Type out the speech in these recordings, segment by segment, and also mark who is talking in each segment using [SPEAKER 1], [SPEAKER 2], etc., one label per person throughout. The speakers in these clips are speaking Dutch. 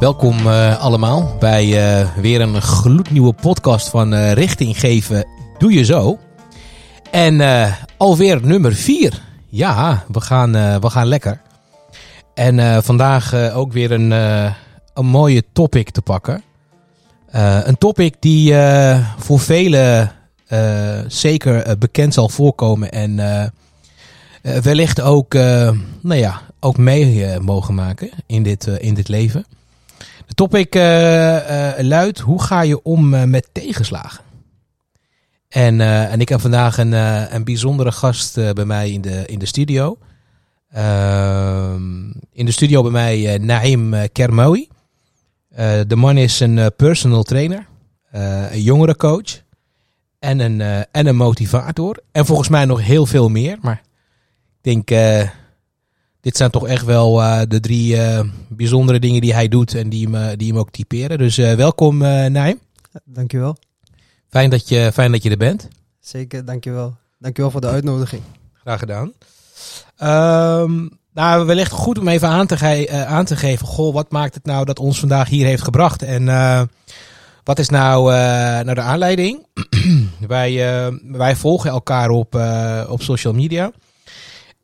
[SPEAKER 1] Welkom eh, allemaal bij eh, weer een gloednieuwe podcast van eh, Richting Geven Doe Je Zo. En eh, alweer nummer 4. Ja, we gaan, eh, we gaan lekker. En eh, vandaag eh, ook weer een, eh, een mooie topic te pakken. Eh, een topic die eh, voor velen eh, zeker eh, bekend zal voorkomen en eh, eh, wellicht ook, eh, nou ja, ook mee eh, mogen maken in dit, eh, in dit leven. De topic eh, eh, luidt: hoe ga je om eh, met tegenslagen? En, eh, en ik heb vandaag een, eh, een bijzondere gast eh, bij mij in de, in de studio. Ehm, in de studio bij mij eh, Naim eh, Kermoui. Eh, de man is een eh, personal trainer, eh, een jongerencoach en een, eh, en een motivator. En volgens mij nog heel veel meer. Maar ik denk, eh, dit zijn toch echt wel eh, de drie eh, bijzondere dingen die hij doet en die hem, eh, die hem ook typeren. Dus eh, welkom eh Naim.
[SPEAKER 2] Dankjewel.
[SPEAKER 1] Fijn dat, je, fijn dat je er bent.
[SPEAKER 2] Zeker, dankjewel. Dankjewel voor de uitnodiging.
[SPEAKER 1] Graag gedaan. Ehm, nou, wellicht goed om even aan te, ge- eh, aan te geven. Goh, wat maakt het nou dat ons vandaag hier heeft gebracht? En eh, wat is nou, eh, nou de aanleiding? wij, eh, wij volgen elkaar op, eh, op social media.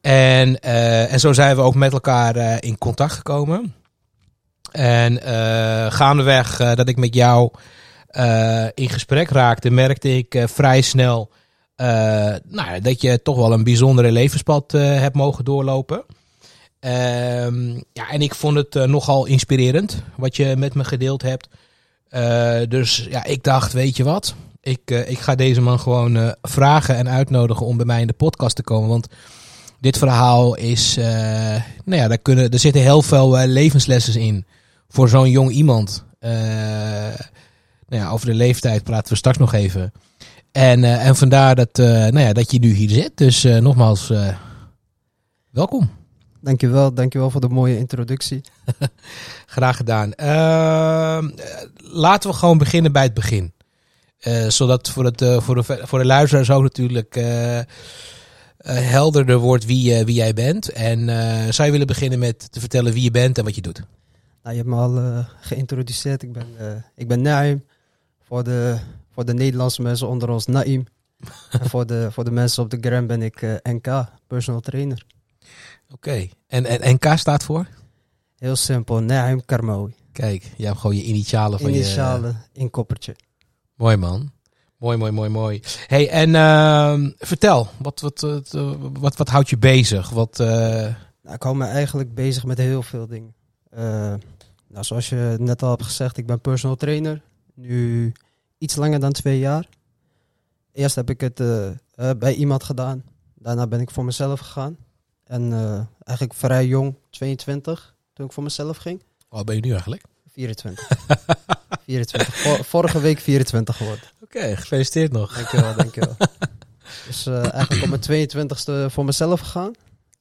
[SPEAKER 1] En, eh, en zo zijn we ook met elkaar eh, in contact gekomen. En eh, gaandeweg eh, dat ik met jou eh, in gesprek raakte, merkte ik eh, vrij snel eh, nou, ja, dat je toch wel een bijzondere levenspad eh, hebt mogen doorlopen. Ehm, ja, en ik vond het eh, nogal inspirerend wat je met me gedeeld hebt. Eh, dus ja, ik dacht, weet je wat? Ik, eh, ik ga deze man gewoon eh, vragen en uitnodigen om bij mij in de podcast te komen. Want dit verhaal is, eh, nou ja, daar, kunnen, er zitten heel veel eh, levenslessen in voor zo'n jong iemand. Eh, nou ja, over de leeftijd praten we straks nog even. En, eh, en vandaar dat, eh, nou ja, dat je nu hier zit. Dus eh, nogmaals, eh, welkom.
[SPEAKER 2] Dankjewel, dankjewel voor de mooie introductie.
[SPEAKER 1] Graag gedaan. Ehm, eh, laten we gewoon beginnen bij het begin. Eh, zodat voor, het, eh, voor, de, ve- voor de luisteraars ook natuurlijk eh, eh, helderder wordt wie, eh, wie jij bent. En eh, zou je willen beginnen met te vertellen wie je bent en wat je doet?
[SPEAKER 2] Nou, je hebt me al eh, geïntroduceerd. Ik ben, eh, ik ben Naim. Voor de, voor de Nederlandse mensen onder ons Naim. en voor de, voor de mensen op de gram ben ik eh, NK, personal trainer.
[SPEAKER 1] Oké. En, en NK staat voor?
[SPEAKER 2] Heel simpel, Naim Karmaoui.
[SPEAKER 1] Kijk, jij hebt gewoon je initialen van je...
[SPEAKER 2] Initialen in koppertje.
[SPEAKER 1] Mooi man. Mooi, mooi, mooi, mooi. Hey, en ehm, vertel, wat, wat, wat, eh, wat, wat houdt je bezig? Wat, eh,
[SPEAKER 2] Nou, ik hou me eigenlijk bezig met heel veel dingen. Eh, nou, zoals je net al hebt gezegd, ik ben personal trainer. Nu iets langer dan twee jaar. Eerst heb ik het eh, eh, bij iemand gedaan. Daarna ben ik voor mezelf gegaan. En eh, eigenlijk vrij jong, 22, toen ik voor mezelf ging.
[SPEAKER 1] wat ben je nu eigenlijk?
[SPEAKER 2] 24. 24. Vor- vorige week 24 geworden.
[SPEAKER 1] Oké, gefeliciteerd nog.
[SPEAKER 2] Dankjewel, dankjewel. Dus eh, eigenlijk op mijn 22ste voor mezelf gegaan.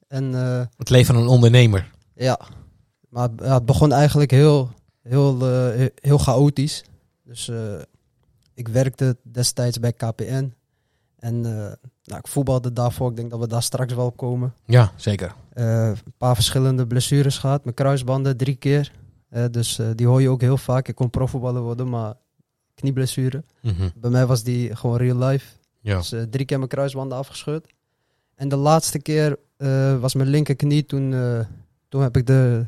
[SPEAKER 2] En eh,
[SPEAKER 1] Het leven van een ondernemer.
[SPEAKER 2] Ja, maar ja, het begon eigenlijk heel, heel, eh, heel chaotisch. Dus eh, ik werkte destijds bij KPN. En eh, nou, ik voetbalde daarvoor. Ik denk dat we daar straks wel op komen.
[SPEAKER 1] Ja, zeker.
[SPEAKER 2] Eh, een paar verschillende blessures gehad. Mijn kruisbanden drie keer. Eh, dus eh, die hoor je ook heel vaak. Ik kon profvoetballer worden, maar knieblessure.
[SPEAKER 1] Mhm.
[SPEAKER 2] Bij mij was die gewoon real life.
[SPEAKER 1] Ja.
[SPEAKER 2] Dus eh, drie keer mijn kruisbanden afgescheurd. En de laatste keer eh, was mijn linkerknie. Toen, eh, toen, heb ik de,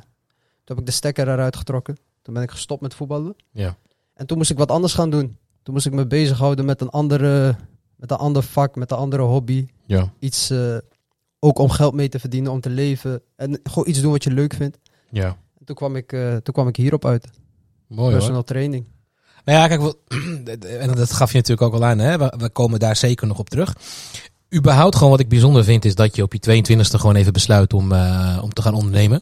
[SPEAKER 2] toen heb ik de stekker eruit getrokken. Toen ben ik gestopt met voetballen.
[SPEAKER 1] Ja.
[SPEAKER 2] En toen moest ik wat anders gaan doen. Toen moest ik me bezighouden met een, andere, met een ander vak, met een andere hobby.
[SPEAKER 1] Ja.
[SPEAKER 2] Iets eh, ook om geld mee te verdienen, om te leven. En gewoon iets doen wat je leuk vindt.
[SPEAKER 1] Ja.
[SPEAKER 2] En toen kwam ik, eh, toen kwam ik hierop
[SPEAKER 1] Oh
[SPEAKER 2] uit.
[SPEAKER 1] Mooi hoor.
[SPEAKER 2] Personal training.
[SPEAKER 1] Nou ja, kijk, wat- en dat gaf je natuurlijk ook al aan, hè? We, we komen daar zeker nog op terug. Überhaupt gewoon wat ik bijzonder vind, is dat je op je 22e gewoon even besluit om, eh, om te gaan ondernemen.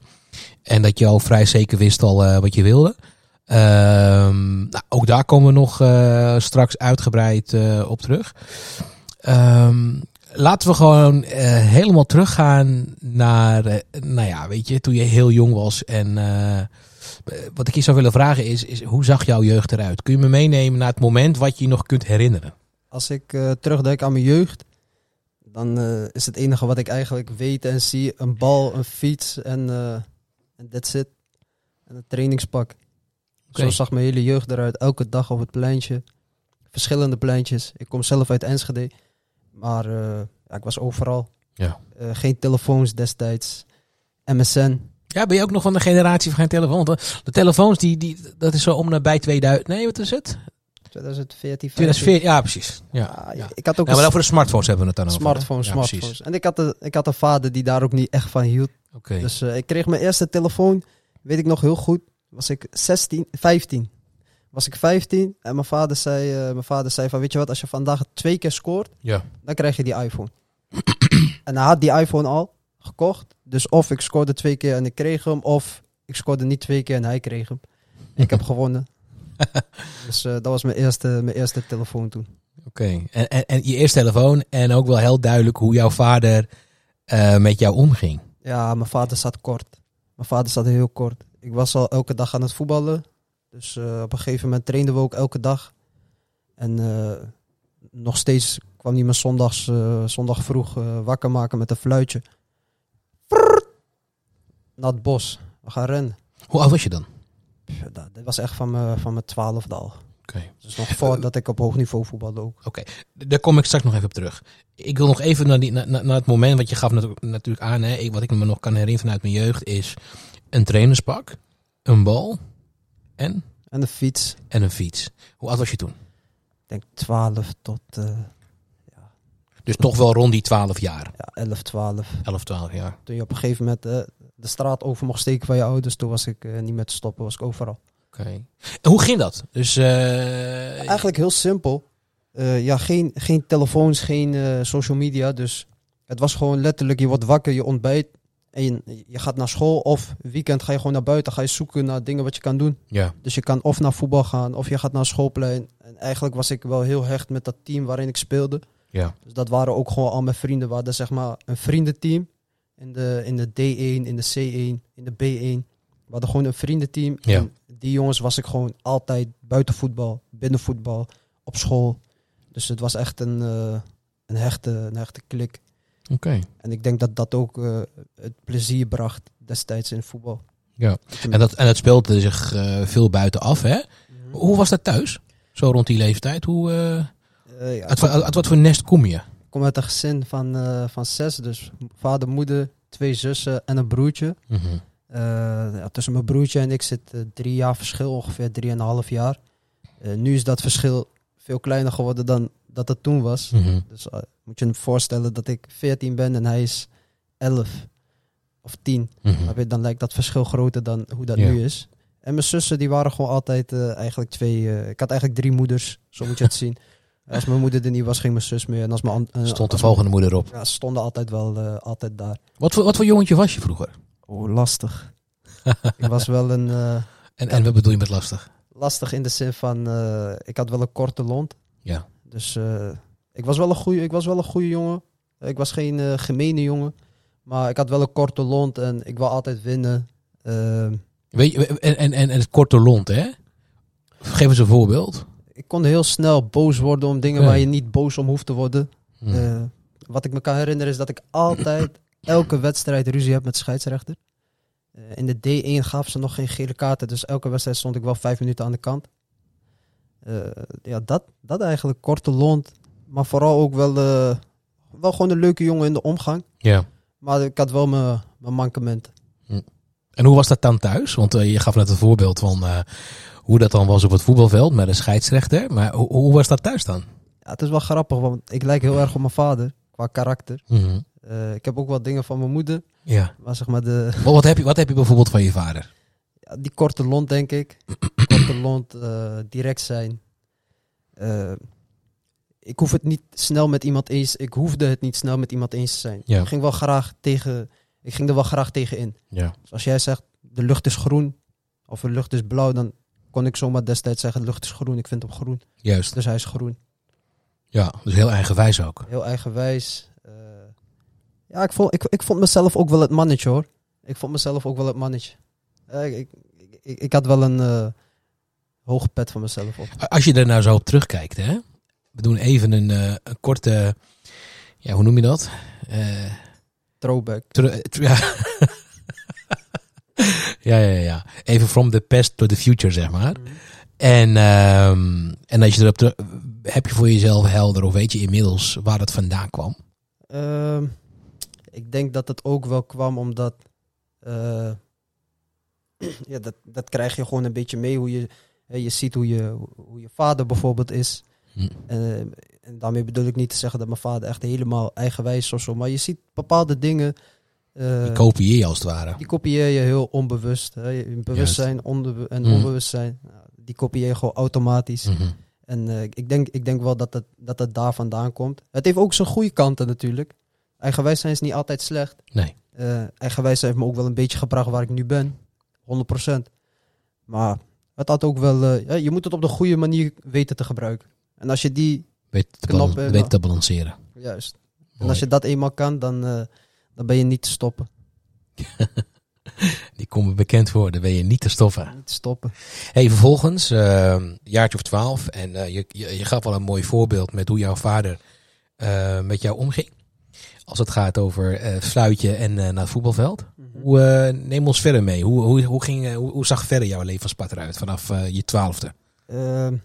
[SPEAKER 1] En dat je al vrij zeker wist al eh, wat je wilde. Ehm, nou, ook daar komen we nog eh, straks uitgebreid eh, op terug. Ehm, laten we gewoon eh, helemaal teruggaan naar, eh, nou ja, weet je, toen je heel jong was en... eh, eh, wat ik je zou willen vragen is, is, hoe zag jouw jeugd eruit? Kun je me meenemen naar het moment wat je je nog kunt herinneren?
[SPEAKER 2] Als ik eh, terugdenk aan mijn jeugd, dan eh, is het enige wat ik eigenlijk weet en zie een bal, een fiets en eh, en that's it. En een trainingspak. Zo zag mijn hele jeugd eruit, elke dag op het pleintje. Verschillende pleintjes. Ik kom zelf uit Enschede, maar eh, ja, ik was overal.
[SPEAKER 1] Ja.
[SPEAKER 2] Eh, geen telefoons destijds. MSN.
[SPEAKER 1] Ja, ben je ook nog van de generatie van geen telefoon? Want eh, de- de telefoons, die, die, dat is zo om nabij 2000. Nee, wat is het?
[SPEAKER 2] 2014,
[SPEAKER 1] 2004, ja, precies. Ah, Ja,
[SPEAKER 2] Ah, Ja,
[SPEAKER 1] ja.
[SPEAKER 2] Ik had ook
[SPEAKER 1] Ja, maar
[SPEAKER 2] een
[SPEAKER 1] over de smartphones hebben we het dan over.
[SPEAKER 2] smartphone,
[SPEAKER 1] hè? Ja, precies.
[SPEAKER 2] smartphones. En ik had, een, ik had een vader die daar ook niet echt van hield.
[SPEAKER 1] Oké.
[SPEAKER 2] Dus eh, ik kreeg mijn eerste telefoon, weet ik nog heel goed, was ik 16, 15. Was ik 15 en mijn vader zei, eh, mijn vader zei van, weet je wat, als je vandaag twee keer scoort,
[SPEAKER 1] Ja.
[SPEAKER 2] dan krijg je die iPhone. en hij had die iPhone al gekocht, dus of ik scoorde twee keer en ik kreeg hem, of ik scoorde niet twee keer en hij kreeg hem. Ik heb gewonnen. dus eh, dat was mijn eerste, mijn eerste telefoon toen.
[SPEAKER 1] Oké, en, en, en je eerste telefoon en ook wel heel duidelijk hoe jouw vader eh, met jou omging.
[SPEAKER 2] Ja, mijn vader zat kort. Mijn vader zat heel kort. Ik was al elke dag aan het voetballen. Dus eh, op een gegeven moment trainden we ook elke dag. En eh, nog steeds kwam hij me zondags, eh, zondag vroeg eh, wakker maken met een fluitje. Prrrt. Naar het bos. We gaan rennen.
[SPEAKER 1] Hoe oud was je dan?
[SPEAKER 2] Pff, dat, dit was echt van mijn, van mijn twaalfde al.
[SPEAKER 1] Oké.
[SPEAKER 2] Dus nog voordat ik op hoog niveau voetbalde ook.
[SPEAKER 1] D- Daar kom ik straks nog even op terug. Ik wil nog even naar, die, na- na- naar het moment wat je gaf natu- natuurlijk aan. Hè, ik, wat ik me nog kan herinneren vanuit mijn jeugd is een trainerspak, een bal en,
[SPEAKER 2] En de fiets. Ik
[SPEAKER 1] en een fiets. Hoe oud was je toen?
[SPEAKER 2] denk 12 tot eh
[SPEAKER 1] Dus toch wel rond die 12 jaar.
[SPEAKER 2] ja, 11, 12.
[SPEAKER 1] 11, 12 jaar.
[SPEAKER 2] toen je op een gegeven moment eh, de straat over mocht steken van je ouders, toen was ik eh, niet meer te stoppen, was ik overal.
[SPEAKER 1] Oké. En hoe ging dat? Dus, eh,
[SPEAKER 2] Eigenlijk heel simpel. Eh, ja, geen, geen telefoons, geen eh, social media. Dus het was gewoon letterlijk, je wordt wakker, je ontbijt en je, je gaat naar school. Of weekend ga je gewoon naar buiten, ga je zoeken naar dingen wat je kan doen.
[SPEAKER 1] Ja.
[SPEAKER 2] Dus je kan of naar voetbal gaan, of je gaat naar een schoolplein. En eigenlijk was ik wel heel hecht met dat team waarin ik speelde.
[SPEAKER 1] Ja.
[SPEAKER 2] Dus dat waren ook gewoon al mijn vrienden. We hadden zeg maar een vriendenteam in de, in de D1, in de C1, in de B1. We hadden gewoon een vriendenteam.
[SPEAKER 1] Ja.
[SPEAKER 2] En die jongens was ik gewoon altijd buiten voetbal, binnen voetbal, op school. Dus het was echt een, eh, een, hechte, een hechte klik.
[SPEAKER 1] Oké.
[SPEAKER 2] En ik denk dat dat ook eh, het plezier bracht destijds in voetbal.
[SPEAKER 1] Ja. En dat, en dat speelde zich eh, veel buiten af, hè? Hoe was dat thuis? Zo rond die leeftijd? Hoe, eh,
[SPEAKER 2] Eh, ja,
[SPEAKER 1] uit, wa- uit wat voor nest kom je?
[SPEAKER 2] ik kom uit een gezin van, eh, van zes. Dus vader, moeder, twee zussen en een broertje.
[SPEAKER 1] Mm-hmm.
[SPEAKER 2] Eh, ja, tussen mijn broertje en ik zit eh, drie jaar verschil, ongeveer drieënhalf jaar. Eh, nu is dat verschil veel kleiner geworden dan dat het toen was.
[SPEAKER 1] Mhm.
[SPEAKER 2] Dus eh, moet je je voorstellen dat ik 14 ben en hij is 11 of 10.
[SPEAKER 1] Mhm.
[SPEAKER 2] Maar weet, dan lijkt dat verschil groter dan hoe dat
[SPEAKER 1] Ja.
[SPEAKER 2] nu is. En mijn zussen die waren gewoon altijd eh, eigenlijk twee. eh, ik had eigenlijk drie moeders, zo moet je het zien. Als mijn moeder er niet was, ging mijn zus mee. En als mijn an- eh,
[SPEAKER 1] Stond de
[SPEAKER 2] als mijn-
[SPEAKER 1] volgende moeder op.
[SPEAKER 2] Ja, stonden altijd wel eh, altijd daar.
[SPEAKER 1] Wat voor, wat voor jongetje was je vroeger?
[SPEAKER 2] Oh, lastig. ik was wel een. eh,
[SPEAKER 1] En, en wat bedoel je met lastig?
[SPEAKER 2] lastig in de zin van, eh, ik had wel een korte lont.
[SPEAKER 1] Ja.
[SPEAKER 2] Dus eh, ik, was wel een goeie, ik was wel een goede jongen. Ik was geen eh, gemene jongen. Maar ik had wel een korte lont en ik wil altijd winnen. Ehm,
[SPEAKER 1] Weet je, en, en, en en het korte lont, hè? Geef eens een voorbeeld.
[SPEAKER 2] ik kon heel snel boos worden om dingen
[SPEAKER 1] Oké.
[SPEAKER 2] waar je niet boos om hoeft te worden.
[SPEAKER 1] Mhm.
[SPEAKER 2] Eh, wat ik me kan herinneren is dat ik altijd elke wedstrijd ruzie heb met de scheidsrechter. Eh, in de D1 gaf ze nog geen gele kaarten, dus elke wedstrijd stond ik wel vijf minuten aan de kant. Eh, ja, dat, dat eigenlijk, korte lont. Maar vooral ook wel, eh, wel gewoon een leuke jongen in de omgang.
[SPEAKER 1] Ja.
[SPEAKER 2] Maar ik had wel mijn mijn mankementen.
[SPEAKER 1] En hoe was dat dan thuis? Want eh, je gaf net een voorbeeld van eh, hoe dat dan was op het voetbalveld met een scheidsrechter. Maar hoe, hoe was dat thuis dan?
[SPEAKER 2] Ja, het is wel grappig, want ik lijk heel erg op mijn vader qua karakter.
[SPEAKER 1] Mhm.
[SPEAKER 2] Eh, ik heb ook wat dingen van mijn moeder,
[SPEAKER 1] Ja.
[SPEAKER 2] maar zeg maar de,
[SPEAKER 1] Wat, wat, heb je, wat heb je bijvoorbeeld van je vader?
[SPEAKER 2] Ja, die korte lont, denk ik. korte lont, eh, direct zijn. Eh, ik hoef het niet snel met iemand eens. Ik hoefde het niet snel met iemand eens te zijn.
[SPEAKER 1] Ja.
[SPEAKER 2] Ik ging wel graag tegen. Ik ging er wel graag tegen in.
[SPEAKER 1] Ja.
[SPEAKER 2] Dus als jij zegt de lucht is groen of de lucht is blauw, dan kon ik zomaar destijds zeggen de lucht is groen. Ik vind hem groen.
[SPEAKER 1] Juist.
[SPEAKER 2] Dus hij is groen.
[SPEAKER 1] Ja, dus heel eigenwijs ook.
[SPEAKER 2] Heel eigenwijs. eh. ja, ik vond, ik, ik vond mezelf ook wel het mannetje hoor. Ik vond mezelf ook wel het mannetje. Eh, ik, ik, ik, ik had wel een eh hoge pet van mezelf op.
[SPEAKER 1] Als je er nou zo op terugkijkt, hè? we doen even een, eh, een korte, ja, hoe noem je dat? Eh,
[SPEAKER 2] Throwback.
[SPEAKER 1] teru- eh, tr- ja. Ja, ja, ja. Even from the past to the future, zeg maar.
[SPEAKER 2] Mm.
[SPEAKER 1] En, ehm, en als je erop terug... Heb je voor jezelf helder of weet je inmiddels waar dat vandaan kwam?
[SPEAKER 2] Ehm, ik denk dat het ook wel kwam omdat. eh, ja, dat, dat krijg je gewoon een beetje mee. Hoe je, hè, je ziet hoe je, hoe je vader bijvoorbeeld is.
[SPEAKER 1] Hm.
[SPEAKER 2] Eh, en daarmee bedoel ik niet te zeggen dat mijn vader echt helemaal eigenwijs is of zo. Maar je ziet bepaalde dingen. eh,
[SPEAKER 1] Die kopieer je als het ware.
[SPEAKER 2] die kopieer je heel onbewust. Hè. Je Bewustzijn onder, en
[SPEAKER 1] Mm.
[SPEAKER 2] onbewustzijn. nou, Die kopieer je gewoon automatisch.
[SPEAKER 1] Mhm.
[SPEAKER 2] En eh, ik, denk, ik denk wel dat het, dat het daar vandaan komt. Het heeft ook zijn goede kanten natuurlijk. Eigenwijs zijn is niet altijd slecht.
[SPEAKER 1] Nee.
[SPEAKER 2] Eh, eigenwijs heeft me ook wel een beetje gebracht waar ik nu ben. 100%. Maar het had ook wel... eh, ja, je moet het op de goede manier weten te gebruiken. En als je die...
[SPEAKER 1] Weet, te
[SPEAKER 2] Knap,
[SPEAKER 1] balan-
[SPEAKER 2] hè,
[SPEAKER 1] weet
[SPEAKER 2] maar-
[SPEAKER 1] te balanceren.
[SPEAKER 2] Juist. eh, En
[SPEAKER 1] Mooi.
[SPEAKER 2] als je dat eenmaal kan, dan, eh, dan ben je niet te stoppen.
[SPEAKER 1] Die komen bekend voor, dan ben je niet te stoffen.
[SPEAKER 2] Niet te stoppen.
[SPEAKER 1] Hey, vervolgens, eh, jaartje of twaalf. En eh, je, je, je gaf wel een mooi voorbeeld met hoe jouw vader eh, met jou omging. Als het gaat over eh, fluitje en eh, naar het voetbalveld. Hoe, eh, neem ons verder mee. Hoe, hoe, hoe, ging, eh, hoe, hoe zag verder jouw levenspad eruit vanaf eh, je twaalfde?
[SPEAKER 2] Ehm,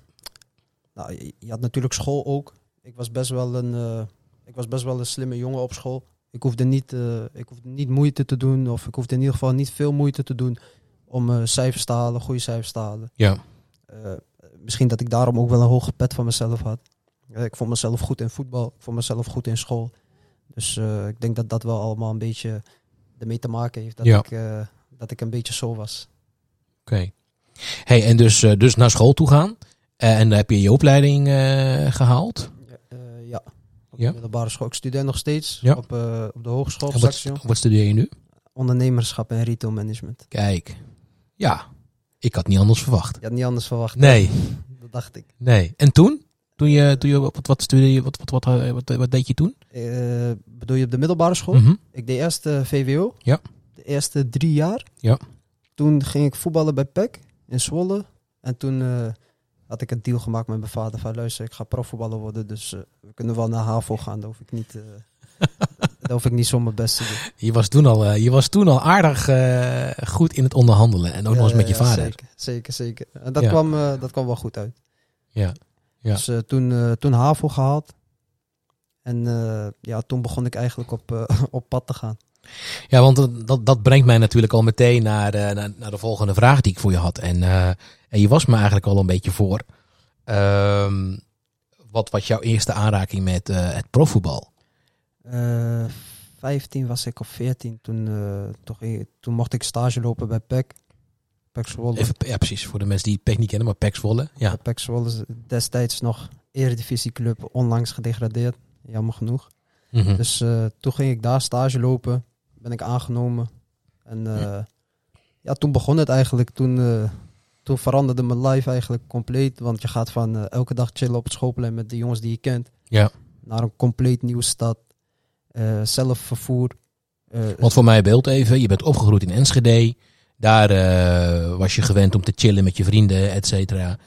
[SPEAKER 2] nou, je, je had natuurlijk school ook. Ik was best wel een, eh, ik was best wel een slimme jongen op school. Ik hoefde, niet, eh, ik hoefde niet moeite te doen, of ik hoefde in ieder geval niet veel moeite te doen om eh, cijfers te halen, goede cijfers te halen.
[SPEAKER 1] Ja.
[SPEAKER 2] Eh, misschien dat ik daarom ook wel een hoge pet van mezelf had. Eh, ik vond mezelf goed in voetbal, ik vond mezelf goed in school. Dus eh, ik denk dat dat wel allemaal een beetje ermee te maken heeft dat,
[SPEAKER 1] Ja.
[SPEAKER 2] ik, eh, dat ik een beetje zo was.
[SPEAKER 1] Oké. Hey, en dus, eh, dus naar school toe gaan. Eh, en heb je je opleiding eh, gehaald.
[SPEAKER 2] Ja, eh, ja. Op
[SPEAKER 1] Ja?
[SPEAKER 2] de middelbare school. Ik studeer nog steeds
[SPEAKER 1] Ja.
[SPEAKER 2] op, eh, op de hogeschool. op
[SPEAKER 1] En wat,
[SPEAKER 2] Saxion.
[SPEAKER 1] wat studeer je nu?
[SPEAKER 2] Ondernemerschap en retail management.
[SPEAKER 1] Kijk. Ja. Ik had niet anders verwacht.
[SPEAKER 2] Je had niet anders verwacht.
[SPEAKER 1] Nee.
[SPEAKER 2] Dat dacht ik.
[SPEAKER 1] Nee. En toen? Toen je, toen je wat, wat studeerde, je, wat, wat, wat, eh, wat, wat deed je toen?
[SPEAKER 2] Eh, bedoel je op de middelbare school?
[SPEAKER 1] Mhm.
[SPEAKER 2] Ik deed eerst eh, VWO.
[SPEAKER 1] Ja.
[SPEAKER 2] De eerste drie jaar.
[SPEAKER 1] Ja.
[SPEAKER 2] Toen ging ik voetballen bij PEC in Zwolle. En toen eh, had ik een deal gemaakt met mijn vader. Van luister, ik ga profvoetballer worden. Dus eh, we kunnen wel naar HAVO gaan. Dat hoef ik niet, eh dat hoef ik niet zo mijn best te doen.
[SPEAKER 1] Je, was toen al, eh, je was toen al aardig eh, goed in het onderhandelen. En ook nog eens
[SPEAKER 2] Ja,
[SPEAKER 1] met je
[SPEAKER 2] ja,
[SPEAKER 1] vader.
[SPEAKER 2] Zeker, zeker. zeker. En dat,
[SPEAKER 1] Ja.
[SPEAKER 2] kwam, eh, dat kwam wel goed uit.
[SPEAKER 1] Ja. Ja.
[SPEAKER 2] Dus eh, toen, eh, toen HAVO gehaald. En eh, ja, toen begon ik eigenlijk op, eh, op pad te gaan.
[SPEAKER 1] Ja, want dat- dat, dat brengt mij natuurlijk al meteen naar, eh, naar, naar de volgende vraag die ik voor je had. En, eh, en je was me eigenlijk al een beetje voor. Ehm, wat was jouw eerste aanraking met eh, het profvoetbal?
[SPEAKER 2] Eh 15 was ik of 14. Toen, eh, toch, eh, toen mocht ik stage lopen bij E PEC. PEC Zwolle.
[SPEAKER 1] Even, ja, precies, voor de mensen die PEC niet kennen, maar PEC Zwolle. Ja,
[SPEAKER 2] PEC Zwolle is destijds nog eredivisieclub, onlangs gedegradeerd. Jammer genoeg.
[SPEAKER 1] Mhm.
[SPEAKER 2] Dus eh, toen ging ik daar stage lopen. Ben ik aangenomen. En eh, ja, toen begon het eigenlijk. Toen, eh, toen veranderde mijn life eigenlijk compleet. Want je gaat van eh, elke dag chillen op het schoolplein met de jongens die je kent.
[SPEAKER 1] Ja.
[SPEAKER 2] Naar een compleet nieuwe stad. Eh, zelf vervoer. Eh,
[SPEAKER 1] want voor mij beeld even, je bent opgegroeid in Enschede. Daar eh, was je gewend om te chillen met je vrienden, et cetera.